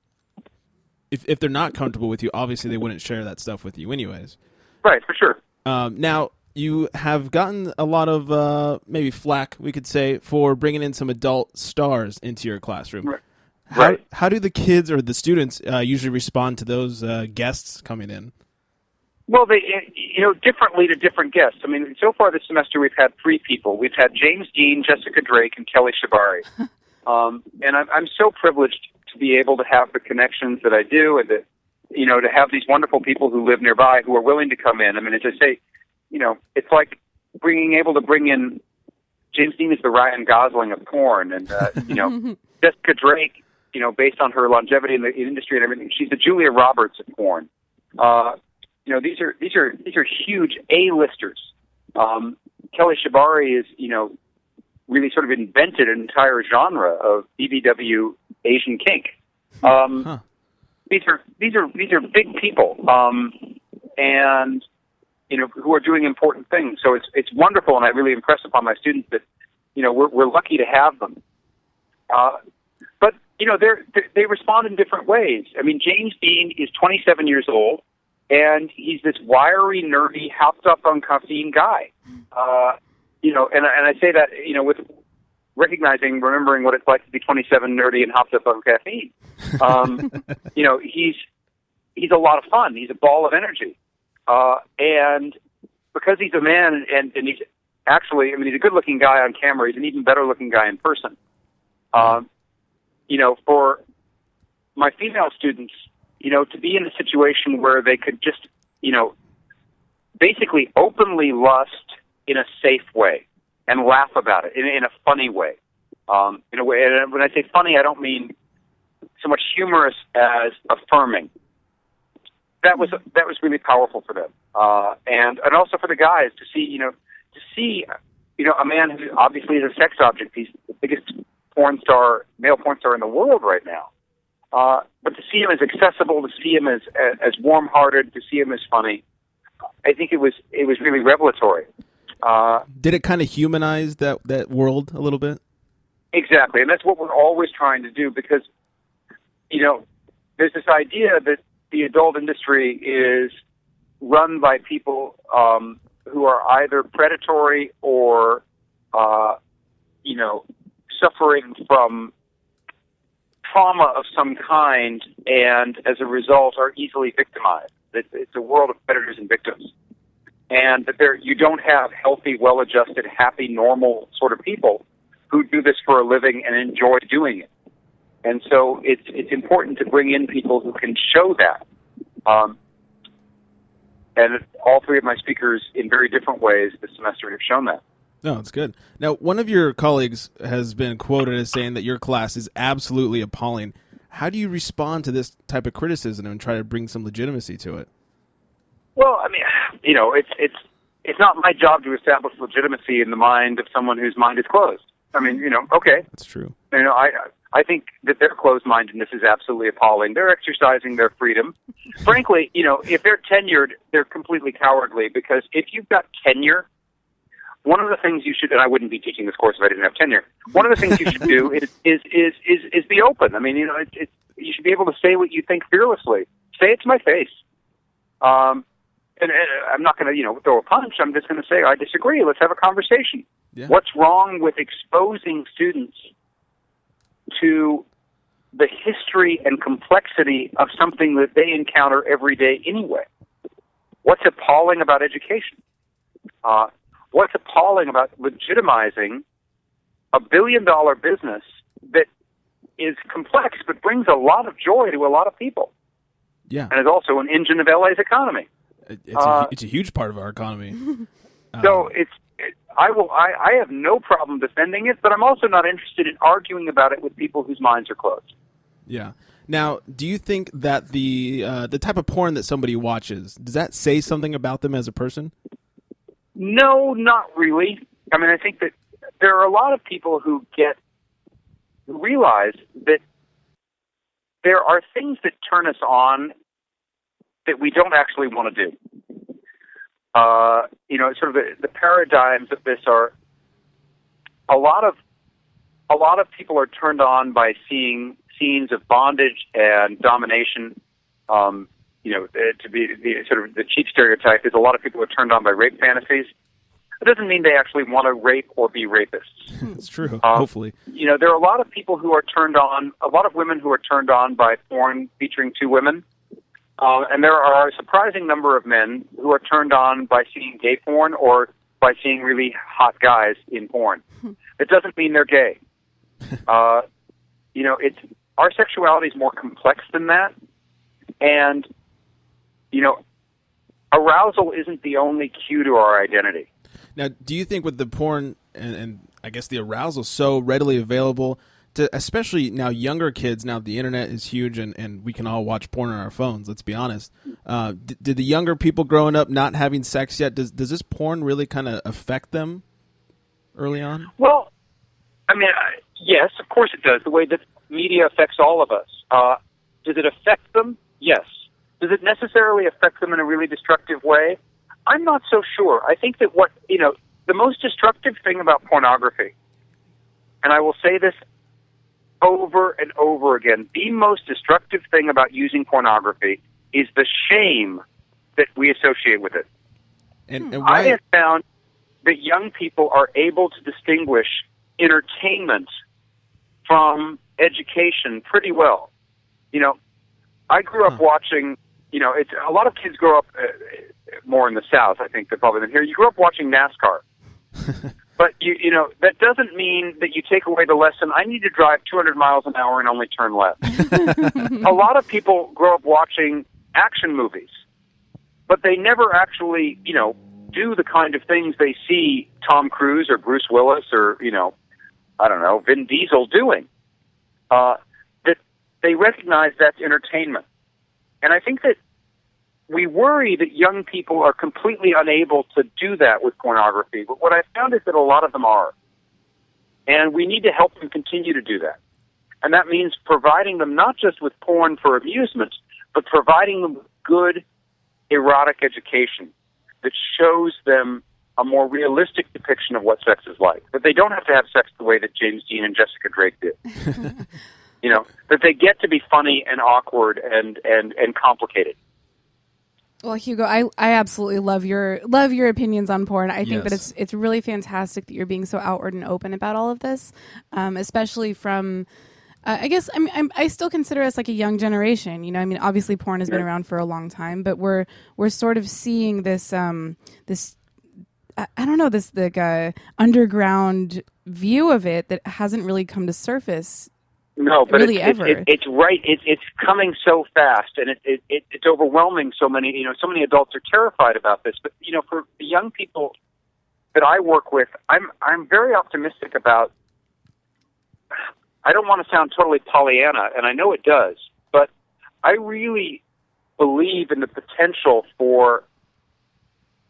A: If if they're not comfortable with you, obviously they wouldn't share that stuff with you, anyways.
H: Right, for sure.
A: Um, now you have gotten a lot of uh, maybe flack, we could say, for bringing in some adult stars into your classroom.
H: Right.
A: How,
H: Right.
A: how do the kids or the students uh, usually respond to those uh, guests coming in?
H: Well, they eh, you know differently to different guests. I mean, so far this semester we've had three people. We've had James Dean, Jessica Drake, and Kelly Shabari. um, and I'm, I'm so privileged to be able to have the connections that I do, and that you know to have these wonderful people who live nearby who are willing to come in. I mean, as I say, you know, it's like bringing able to bring in James Dean is the Ryan Gosling of porn, and uh, you know Jessica Drake, you know, based on her longevity in the industry and everything, she's the Julia Roberts of porn. Uh, you know, these are these are these are huge A-listers. Um, Kelly Shibari is, you know, really sort of invented an entire genre of BBW Asian kink. Um, These are these are these are big people, um, and you know, who are doing important things. So it's it's wonderful, and I really impress upon my students that you know we're we're lucky to have them. Uh, but you know, they're, they they respond in different ways. I mean, James Dean is 27 years old, and he's this wiry, nerdy, hopped up on caffeine guy. Uh, you know, and and I say that you know with recognizing, remembering what it's like to be 27, nerdy, and hopped up on caffeine. Um, you know, he's he's a lot of fun. He's a ball of energy uh, and because he's a man and, and he's actually, I mean, he's a good-looking guy on camera. He's an even better-looking guy in person. Um, you know, for my female students, you know, to be in a situation where they could just, you know, basically openly lust in a safe way and laugh about it in, in a funny way. Um, in a way, and when I say funny, I don't mean so much humorous as affirming that was that was really powerful for them, uh, and and also for the guys to see you know to see you know a man who obviously is a sex object. He's the biggest porn star, male porn star in the world right now. Uh, but to see him as accessible, to see him as as warm hearted, to see him as funny, I think it was it was really revelatory. Uh,
A: Did it kind of humanize that that world a little bit?
H: Exactly, and that's what we're always trying to do because, you know, there's this idea that the adult industry is run by people um, who are either predatory or, uh, you know, suffering from trauma of some kind, and as a result are easily victimized. It's, it's a world of predators and victims, and that there you don't have healthy, well-adjusted, happy, normal sort of people who do this for a living and enjoy doing it. And so it's it's important to bring in people who can show that. Um, and all three of my speakers, in very different ways, this semester have shown that.
A: No, it's good. Now, one of your colleagues has been quoted as saying that your class is absolutely appalling. How do you respond to this type of criticism and try to bring some legitimacy to it?
H: Well, I mean, you know, it's it's it's not my job to establish legitimacy in the mind of someone whose mind is closed. I mean, you know, okay,
A: that's true.
H: You know, I I think that their closed-mindedness is absolutely appalling. They're exercising their freedom. Frankly, you know, if they're tenured, they're completely cowardly because if you've got tenure, one of the things you should and I wouldn't be teaching this course if I didn't have tenure. One of the things you should do is is is is, is be open. I mean, you know, it's, it's you should be able to say what you think fearlessly. Say it to my face. Um, and, and I'm not going to, you know, throw a punch. I'm just going to say I disagree. Let's have a conversation. What's wrong with exposing students to the history and complexity of something that they encounter every day anyway? What's appalling about education? Uh, what's appalling about legitimizing a billion dollar business that is complex but brings a lot of joy to a lot of people?
A: Yeah.
H: And is also an engine of LA's economy.
A: It's,
H: Uh,
A: a, it's a huge part of our economy.
H: So it's it, I will I, I have no problem defending it, but I'm also not interested in arguing about it with people whose minds are closed.
A: Yeah. Now, do you think that the uh, the type of porn that somebody watches does that say something about them as a person?
H: No, not really. I mean, I think that there are a lot of people who get who realize that there are things that turn us on that we don't actually want to do. Uh, you know, sort of the, the paradigms of this are a lot of a lot of people are turned on by seeing scenes of bondage and domination. Um, you know, uh, to be the sort of the cheap stereotype is a lot of people are turned on by rape fantasies. It doesn't mean they actually want to rape or be rapists.
A: it's true.
H: Um,
A: hopefully,
H: You know, there are a lot of people who are turned on, a lot of women who are turned on by porn featuring two women. Uh, and there are a surprising number of men who are turned on by seeing gay porn or by seeing really hot guys in porn. It doesn't mean they're gay. Uh, you know, it's our sexuality is more complex than that, and you know, arousal isn't the only cue to our identity.
A: Now, do you think with the porn and, and I guess the arousal so readily available to especially now younger kids, now the internet is huge and, and we can all watch porn on our phones, let's be honest. Uh, d- did the younger people growing up not having sex yet, does, does this porn really kind of affect them early on?
H: Well, I mean, I, yes, of course it does. The way that media affects all of us. Uh, does it affect them? Yes. Does it necessarily affect them in a really destructive way? I'm not so sure. I think that what, you know, the most destructive thing about pornography, and I will say this over and over again, the most destructive thing about using pornography is the shame that we associate with it.
A: And, and
H: I
A: why?
H: have found that young people are able to distinguish entertainment from education pretty well. You know, I grew up watching. You know, it's a lot of kids grow up uh, more in the South, I think, than probably than here. You grew up watching NASCAR, but you you know that doesn't mean that you take away the lesson. I need to drive 200 miles an hour and only turn left. a lot of people grow up watching action movies, but they never actually, you know, do the kind of things they see Tom Cruise or Bruce Willis or, you know, I don't know, Vin Diesel doing. Uh, that they recognize that's entertainment. And I think that we worry that young people are completely unable to do that with pornography. But what I found is that a lot of them are. And we need to help them continue to do that. And that means providing them not just with porn for amusement, but providing them with good erotic education that shows them a more realistic depiction of what sex is like. That they don't have to have sex the way that James Dean and Jessica Drake did. you know, that they get to be funny and awkward and, and, and complicated.
B: Well, Hugo, I, I absolutely love your love your opinions on porn. I think that
L: Yes.
B: it's it's really fantastic that you're being so outward and open about all of this, um, especially from. Uh, I guess I'm, I'm, I still consider us like a young generation. You know, I mean, obviously, porn has been
L: Yeah.
B: around for a long time, but we're we're sort of seeing this um, this I, I don't know this like uh, underground view of it that hasn't really come to surface.
H: No, but
B: really
H: it's,
B: ever.
H: It's, it's, it's right. It's it's coming so fast, and it, it, it it's overwhelming. So many, you know, so many adults are terrified about this. But you know, for the young people that I work with, I'm I'm very optimistic about. I don't want to sound totally Pollyanna, and I know it does, but I really believe in the potential for,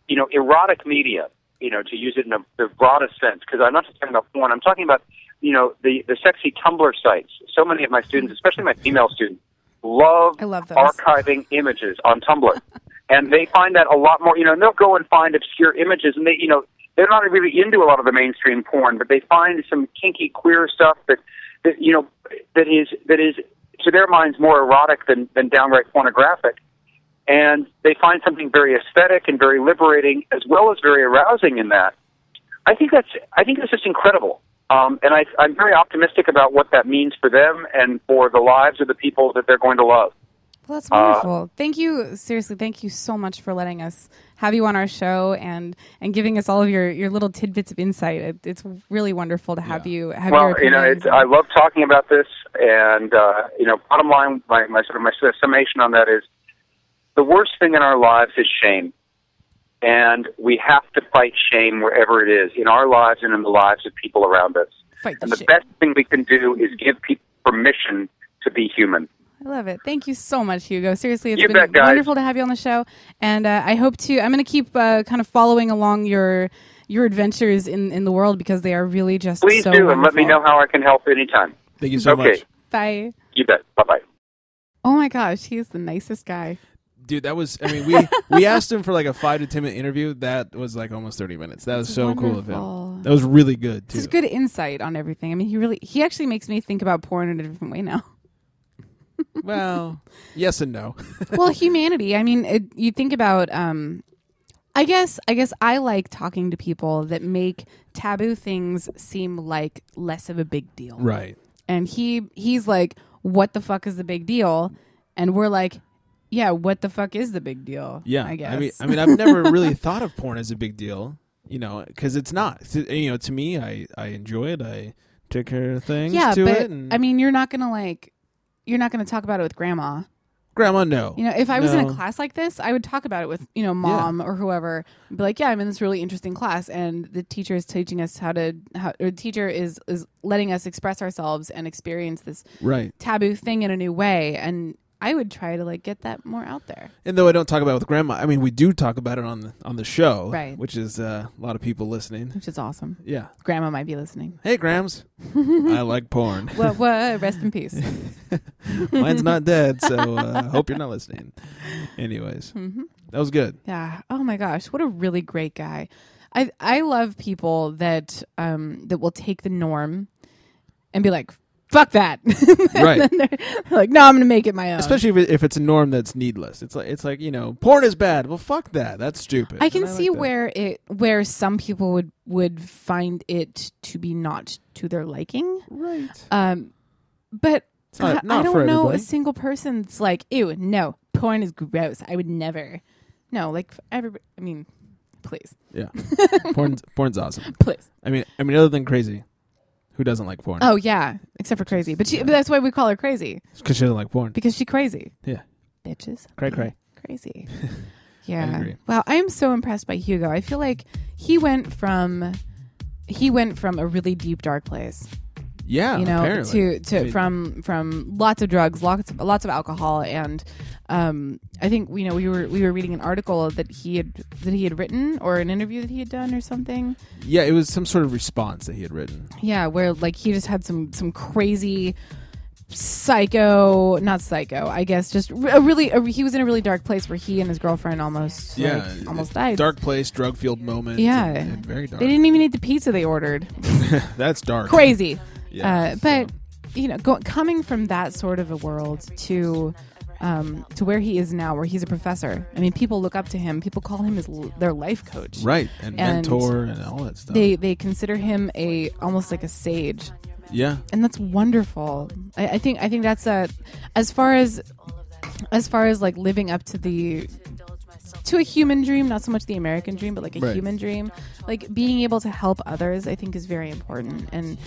H: you know, erotic media. You know, to use it in a, the broadest sense, because I'm not just talking about porn. I'm talking about you know the the sexy Tumblr sites. So many of my students, especially my female students, love,
B: I love those.
H: archiving images on Tumblr, and they find that a lot more. You know, and they'll go and find obscure images, and they you know they're not really into a lot of the mainstream porn, but they find some kinky queer stuff that that you know that is that is to their minds more erotic than than downright pornographic. And they find something very aesthetic and very liberating, as well as very arousing in that. I think that's I think that's just incredible. Um, and I, I'm very optimistic about what that means for them and for the lives of the people that they're going to love.
B: Well, that's
H: Uh,
B: wonderful. thank you, seriously. Thank you so much for letting us have you on our show and and giving us all of your your little tidbits of insight. It, it's really wonderful to have you have your
H: well, you
B: opinions.
H: know, it's, I love talking about this, and uh, you know, bottom line, my, my sort of my summation on that is the worst thing in our lives is shame, and we have to fight shame wherever it is in our lives and in the lives of people around us.
B: Fight the
H: and the best thing we can do is give people permission to be human.
B: I love it. Thank you so much, Hugo. Seriously, it's
L: You
B: been
L: bet, guys.
B: wonderful to have you on the show, and uh, I hope to. I'm going to keep uh, kind of following along your your adventures in in the world because they are really just
H: Please
B: so
H: do, and let me know how I can help anytime.
A: Thank
H: you so okay. much.
B: Bye.
H: You bet. Bye bye.
B: Oh my gosh, he is the nicest guy.
A: Dude, that was. I mean, we we asked him for like a five to ten minute interview. That was like almost thirty minutes. That was so cool of
B: wonderful.
A: him. That was really good too.
B: Such good insight on everything. I mean, he really he actually makes me think about porn in a different way now.
A: Well, yes and no.
B: well, humanity. I mean, it, you think about. Um, I guess. I guess I like talking to people that make taboo things seem like less of a big deal.
A: Right.
B: And he he's like, "What the fuck is the big deal?" And we're like, "Yeah, what the fuck is the big deal?"
A: Yeah,
B: I guess.
A: mean, I mean, I've never really thought of porn as a big deal, you know, because it's not. It's- you know, to me, I I enjoy it. I take care of things
B: yeah,
A: to
B: but
A: it. And
B: I mean, you're not gonna like, you're not gonna talk about it with grandma.
A: grandma, no.
B: You know, if I was in
A: No.
B: a class like this, I would talk about it with, you know, mom or whoever. Be like, yeah, I'm in this really interesting class and the teacher is teaching us how to how or the teacher is is letting us express ourselves and experience this
A: Right.
B: taboo thing in a new way and I would try to like get that more out there.
A: And though I don't talk about it with grandma, I mean, we do talk about it on the on the show,
B: Right.
A: Which is uh, a lot of people listening.
B: Which is awesome.
A: Yeah.
B: Grandma might be listening.
A: Hey, Grams. I like porn.
B: What what rest in peace.
A: Mine's not dead, so uh, hope you're not listening. Anyways,
B: Mhm.
A: that was good.
B: Yeah. Oh my gosh, what a really great guy. I I love people that um that will take the norm and be like, fuck that. And
A: Right.
B: then they're like, no, I'm gonna make it my own.
A: Especially if, it, if it's a norm that's needless. It's like it's like you know, porn is bad. Well, fuck that. That's stupid.
B: I can
A: And like
B: see
A: that.
B: where it where some people would would find it to be not to their liking.
A: Right.
B: Um but
A: It's not-
B: I- I
A: not
B: don't
A: for
B: know a
A: everybody.
B: single person that's like, ew, no, porn is gross. I would never. No, like everybody I mean, please.
A: Yeah, porn's porn's awesome.
B: Please.
A: I mean, I mean, other than crazy, who doesn't like porn?
B: Oh yeah, except for crazy. But she but that's why we call her crazy
A: because she doesn't like porn.
B: because she crazy.
A: Yeah.
B: Bitches.
A: Cray
B: be
A: cray.
B: Crazy. Yeah.
A: agree.
B: Wow, I am so impressed by Hugo. I feel like he went from he went from a really deep dark place.
A: Yeah,
B: you know,
A: Uh, apparently.
B: to to
A: I mean-
B: from from lots of drugs, lots of lots of alcohol, and um, I think you know we were we were reading an article that he had that he had written or an interview that he had done or something.
A: yeah, it was some sort of response that he had written.
B: Yeah, where like he just had some some crazy psycho, not psycho, I guess, just r- a really a, he was in a really dark place where he and his girlfriend almost like,
A: yeah,
B: almost died.
A: Dark place, drug field moment.
B: Yeah,
A: and- and very dark.
B: They didn't even eat the pizza they ordered.
A: That's dark.
B: Crazy.
A: Yeah,
B: uh, but you know, go, coming from that sort of a world to. Um, to where he is now, where he's a professor. I mean, people look up to him. People call him his, l- their life coach,
A: Right, and mentor and all that stuff.
B: They they consider him a almost like a sage
A: Yeah.
B: and that's wonderful. I, I think I think that's a as far as as far as like living up to the to a human dream, not so much the American dream, but like a
M: Right.
B: human dream. Like being able to help others, I think is very important and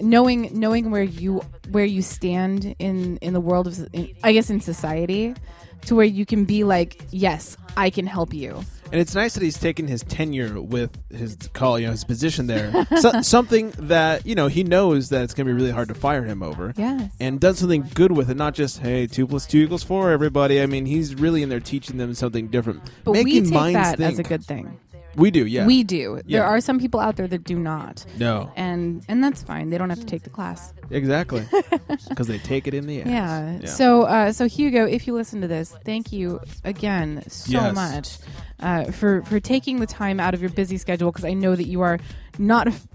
B: knowing knowing where you where you stand in in the world of in, I guess in society to where you can be like, yes, I can help you.
A: And it's nice that he's taken his tenure with his call, you know, his position there, so, something that you know he knows that it's going to be really hard to fire him over.
B: Yes.
A: and done something good with it, not just hey, two plus two equals four. Everybody, I mean, he's really in there teaching them something different,
B: But we
A: making
B: take
A: minds
B: that as
A: think.
B: a good thing.
A: We do, yeah.
B: We do.
A: Yeah.
B: There are some people out there that do not.
A: No.
B: And and that's fine. They don't have to take the class.
A: exactly because they take it in the ass.
B: Yeah. So uh, so Hugo, if you listen to this, thank you again so
A: Yes.
B: much uh, for for taking the time out of your busy schedule because I know that you are not a f-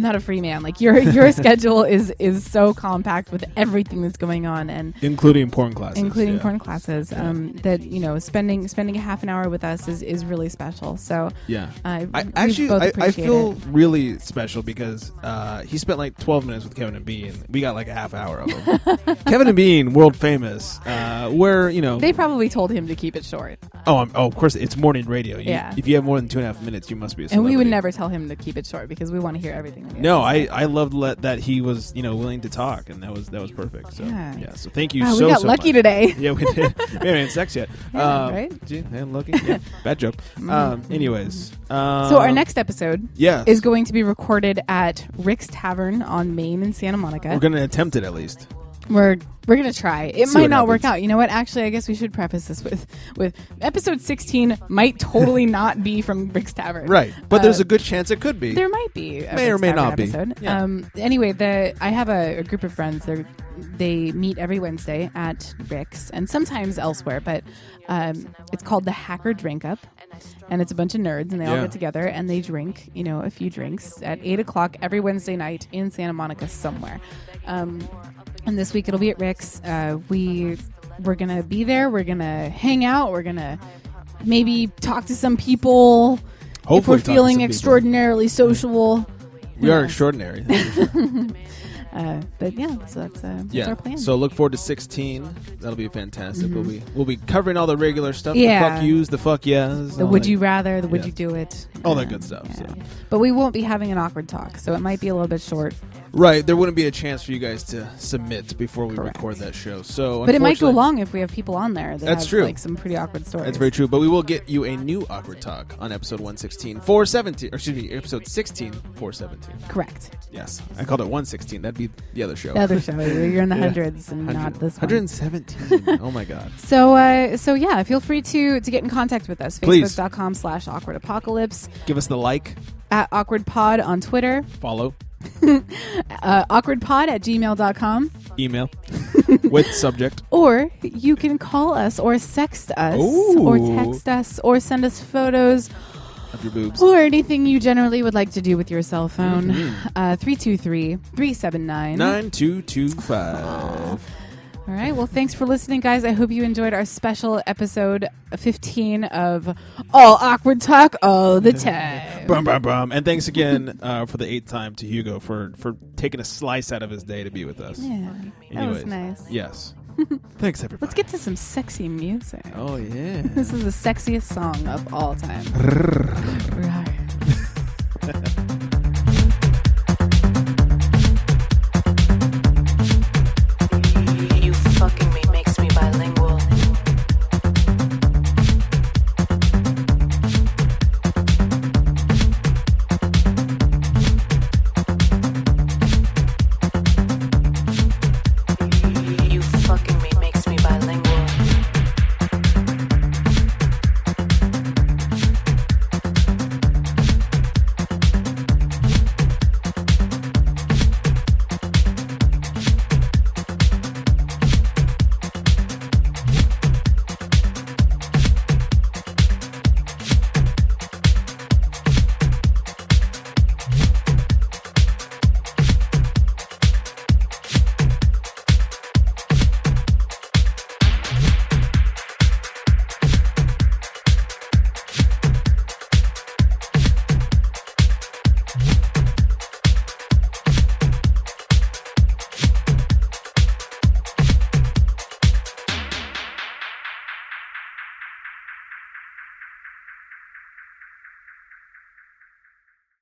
B: not a free man. Like your your schedule is is so compact with everything that's going on and
A: including porn classes,
B: including
A: yeah.
B: porn classes. Um, that you know, spending spending a half an hour with us is, is really special. So
A: Yeah.
B: uh, we
A: actually,
B: both
A: I, I
B: appreciate
A: feel
B: it.
A: really special because uh, he spent like 12 minutes with Kevin and Bean. We got like a half hour of them. Kevin and Bean, world famous. Uh, where, you know.
B: They probably told him to keep it short,
A: oh, I'm, oh, of course, it's morning radio. You-
B: Yeah.
A: If you have more than two and a half minutes, you must be a
B: and we
A: celebrity.
B: would never tell him to keep it short because we want to hear everything. that he has
A: No,
B: to say.
A: I, I loved let, that he was you know willing to talk and that was that was perfect. So
B: Yeah.
A: yeah, so thank you
B: Wow, Ah, we
A: so
B: got
A: so
B: lucky
A: much.
B: today.
A: Yeah, we did. we haven't had sex yet.
B: Yeah,
A: um,
B: right?
A: gee, man, lucky. Yeah, bad joke.
B: Mhm.
A: Um, anyways, um,
B: So our next episode
A: yeah
B: is going to be recorded at Rick's Tavern on Main in Santa Monica.
A: We're gonna attempt it at least.
B: We're we're gonna try. It
A: See
B: might
A: what
B: not work
A: happens.
B: out. You know what? Actually, I guess we should preface this with with episode sixteen might totally not be from Rick's Tavern.
A: Right, but
B: Uh,
A: there's a good chance it could be.
B: There might be. A
A: May or
B: Rick's
A: may
B: Tavern
A: not be.
B: episode.
A: Yeah.
B: Um, anyway, the I have a, a group of friends. They they meet every Wednesday at Rick's and sometimes elsewhere, but um, it's called the Hacker Drink Up, and it's a bunch of nerds and they all
L: Yeah.
B: get together and they drink, you know, a few drinks at eight o'clock every Wednesday night in Santa Monica somewhere. Um, and this week it'll be at Rick's. Uh, we we're gonna be there. We're gonna hang out. We're gonna maybe talk to some people.
A: Hopefully
B: if
A: talk
B: we're
A: to some
B: feeling
A: people.
B: extraordinarily sociable.
A: we are extraordinary.
B: Uh, but yeah, so that's, uh, that's
A: yeah.
B: our plan.
A: So look forward to 16. That'll be fantastic. We'll
B: Mhm.
A: be we'll be covering all the regular stuff.
B: Yeah.
A: The fuck yous, the fuck yeahs.
B: the
A: all
B: would
A: that-
B: you rather, the would
A: um, Yeah.
B: you do it,
A: All that good stuff. so.
B: but we won't be having an awkward talk, so it might be a little bit short.
A: Right. There wouldn't be a chance for you guys to submit before we record that show. So,
B: But it might go
A: unfortunately-
B: long if we have people on there. That
A: That's
B: have,
A: true.
B: Like some pretty awkward stories.
A: That's very true. But we will get you a new awkward talk on episode 116, 417, or excuse me, episode 16, 417.
B: Correct.
A: Yes. I called it 116. That'd be the other show.
B: The other show. You're in the
A: Yeah.
B: hundreds and not this one.
A: 117. oh my God.
B: So, uh, so yeah, feel free to to get in contact with us.
A: Please.
B: Facebook.com slash awkward apocalypse
A: Give us the like,
B: at awkward pod on Twitter,
A: follow,
B: uh, awkward pod at gmail.com,
A: email with subject.
B: or you can call us or sext us
A: Ooh.
B: or text us or send us photos
A: Of your boobs.
B: or anything you generally would like to do with your cell phone.
A: Mhm.
B: Uh, 323 379.
A: 9225.
B: All right. Well, thanks for listening, guys. I hope you enjoyed our special episode 15 of All Awkward Talk All the Time.
A: Brum, brum, brum. And thanks again uh, for the eighth time to Hugo for, for taking a slice out of his day to be with us.
B: Yeah, that was nice.
A: Yes. Thanks, everybody.
B: Let's get to some sexy music.
A: Oh, yeah.
B: This is the sexiest song of all time.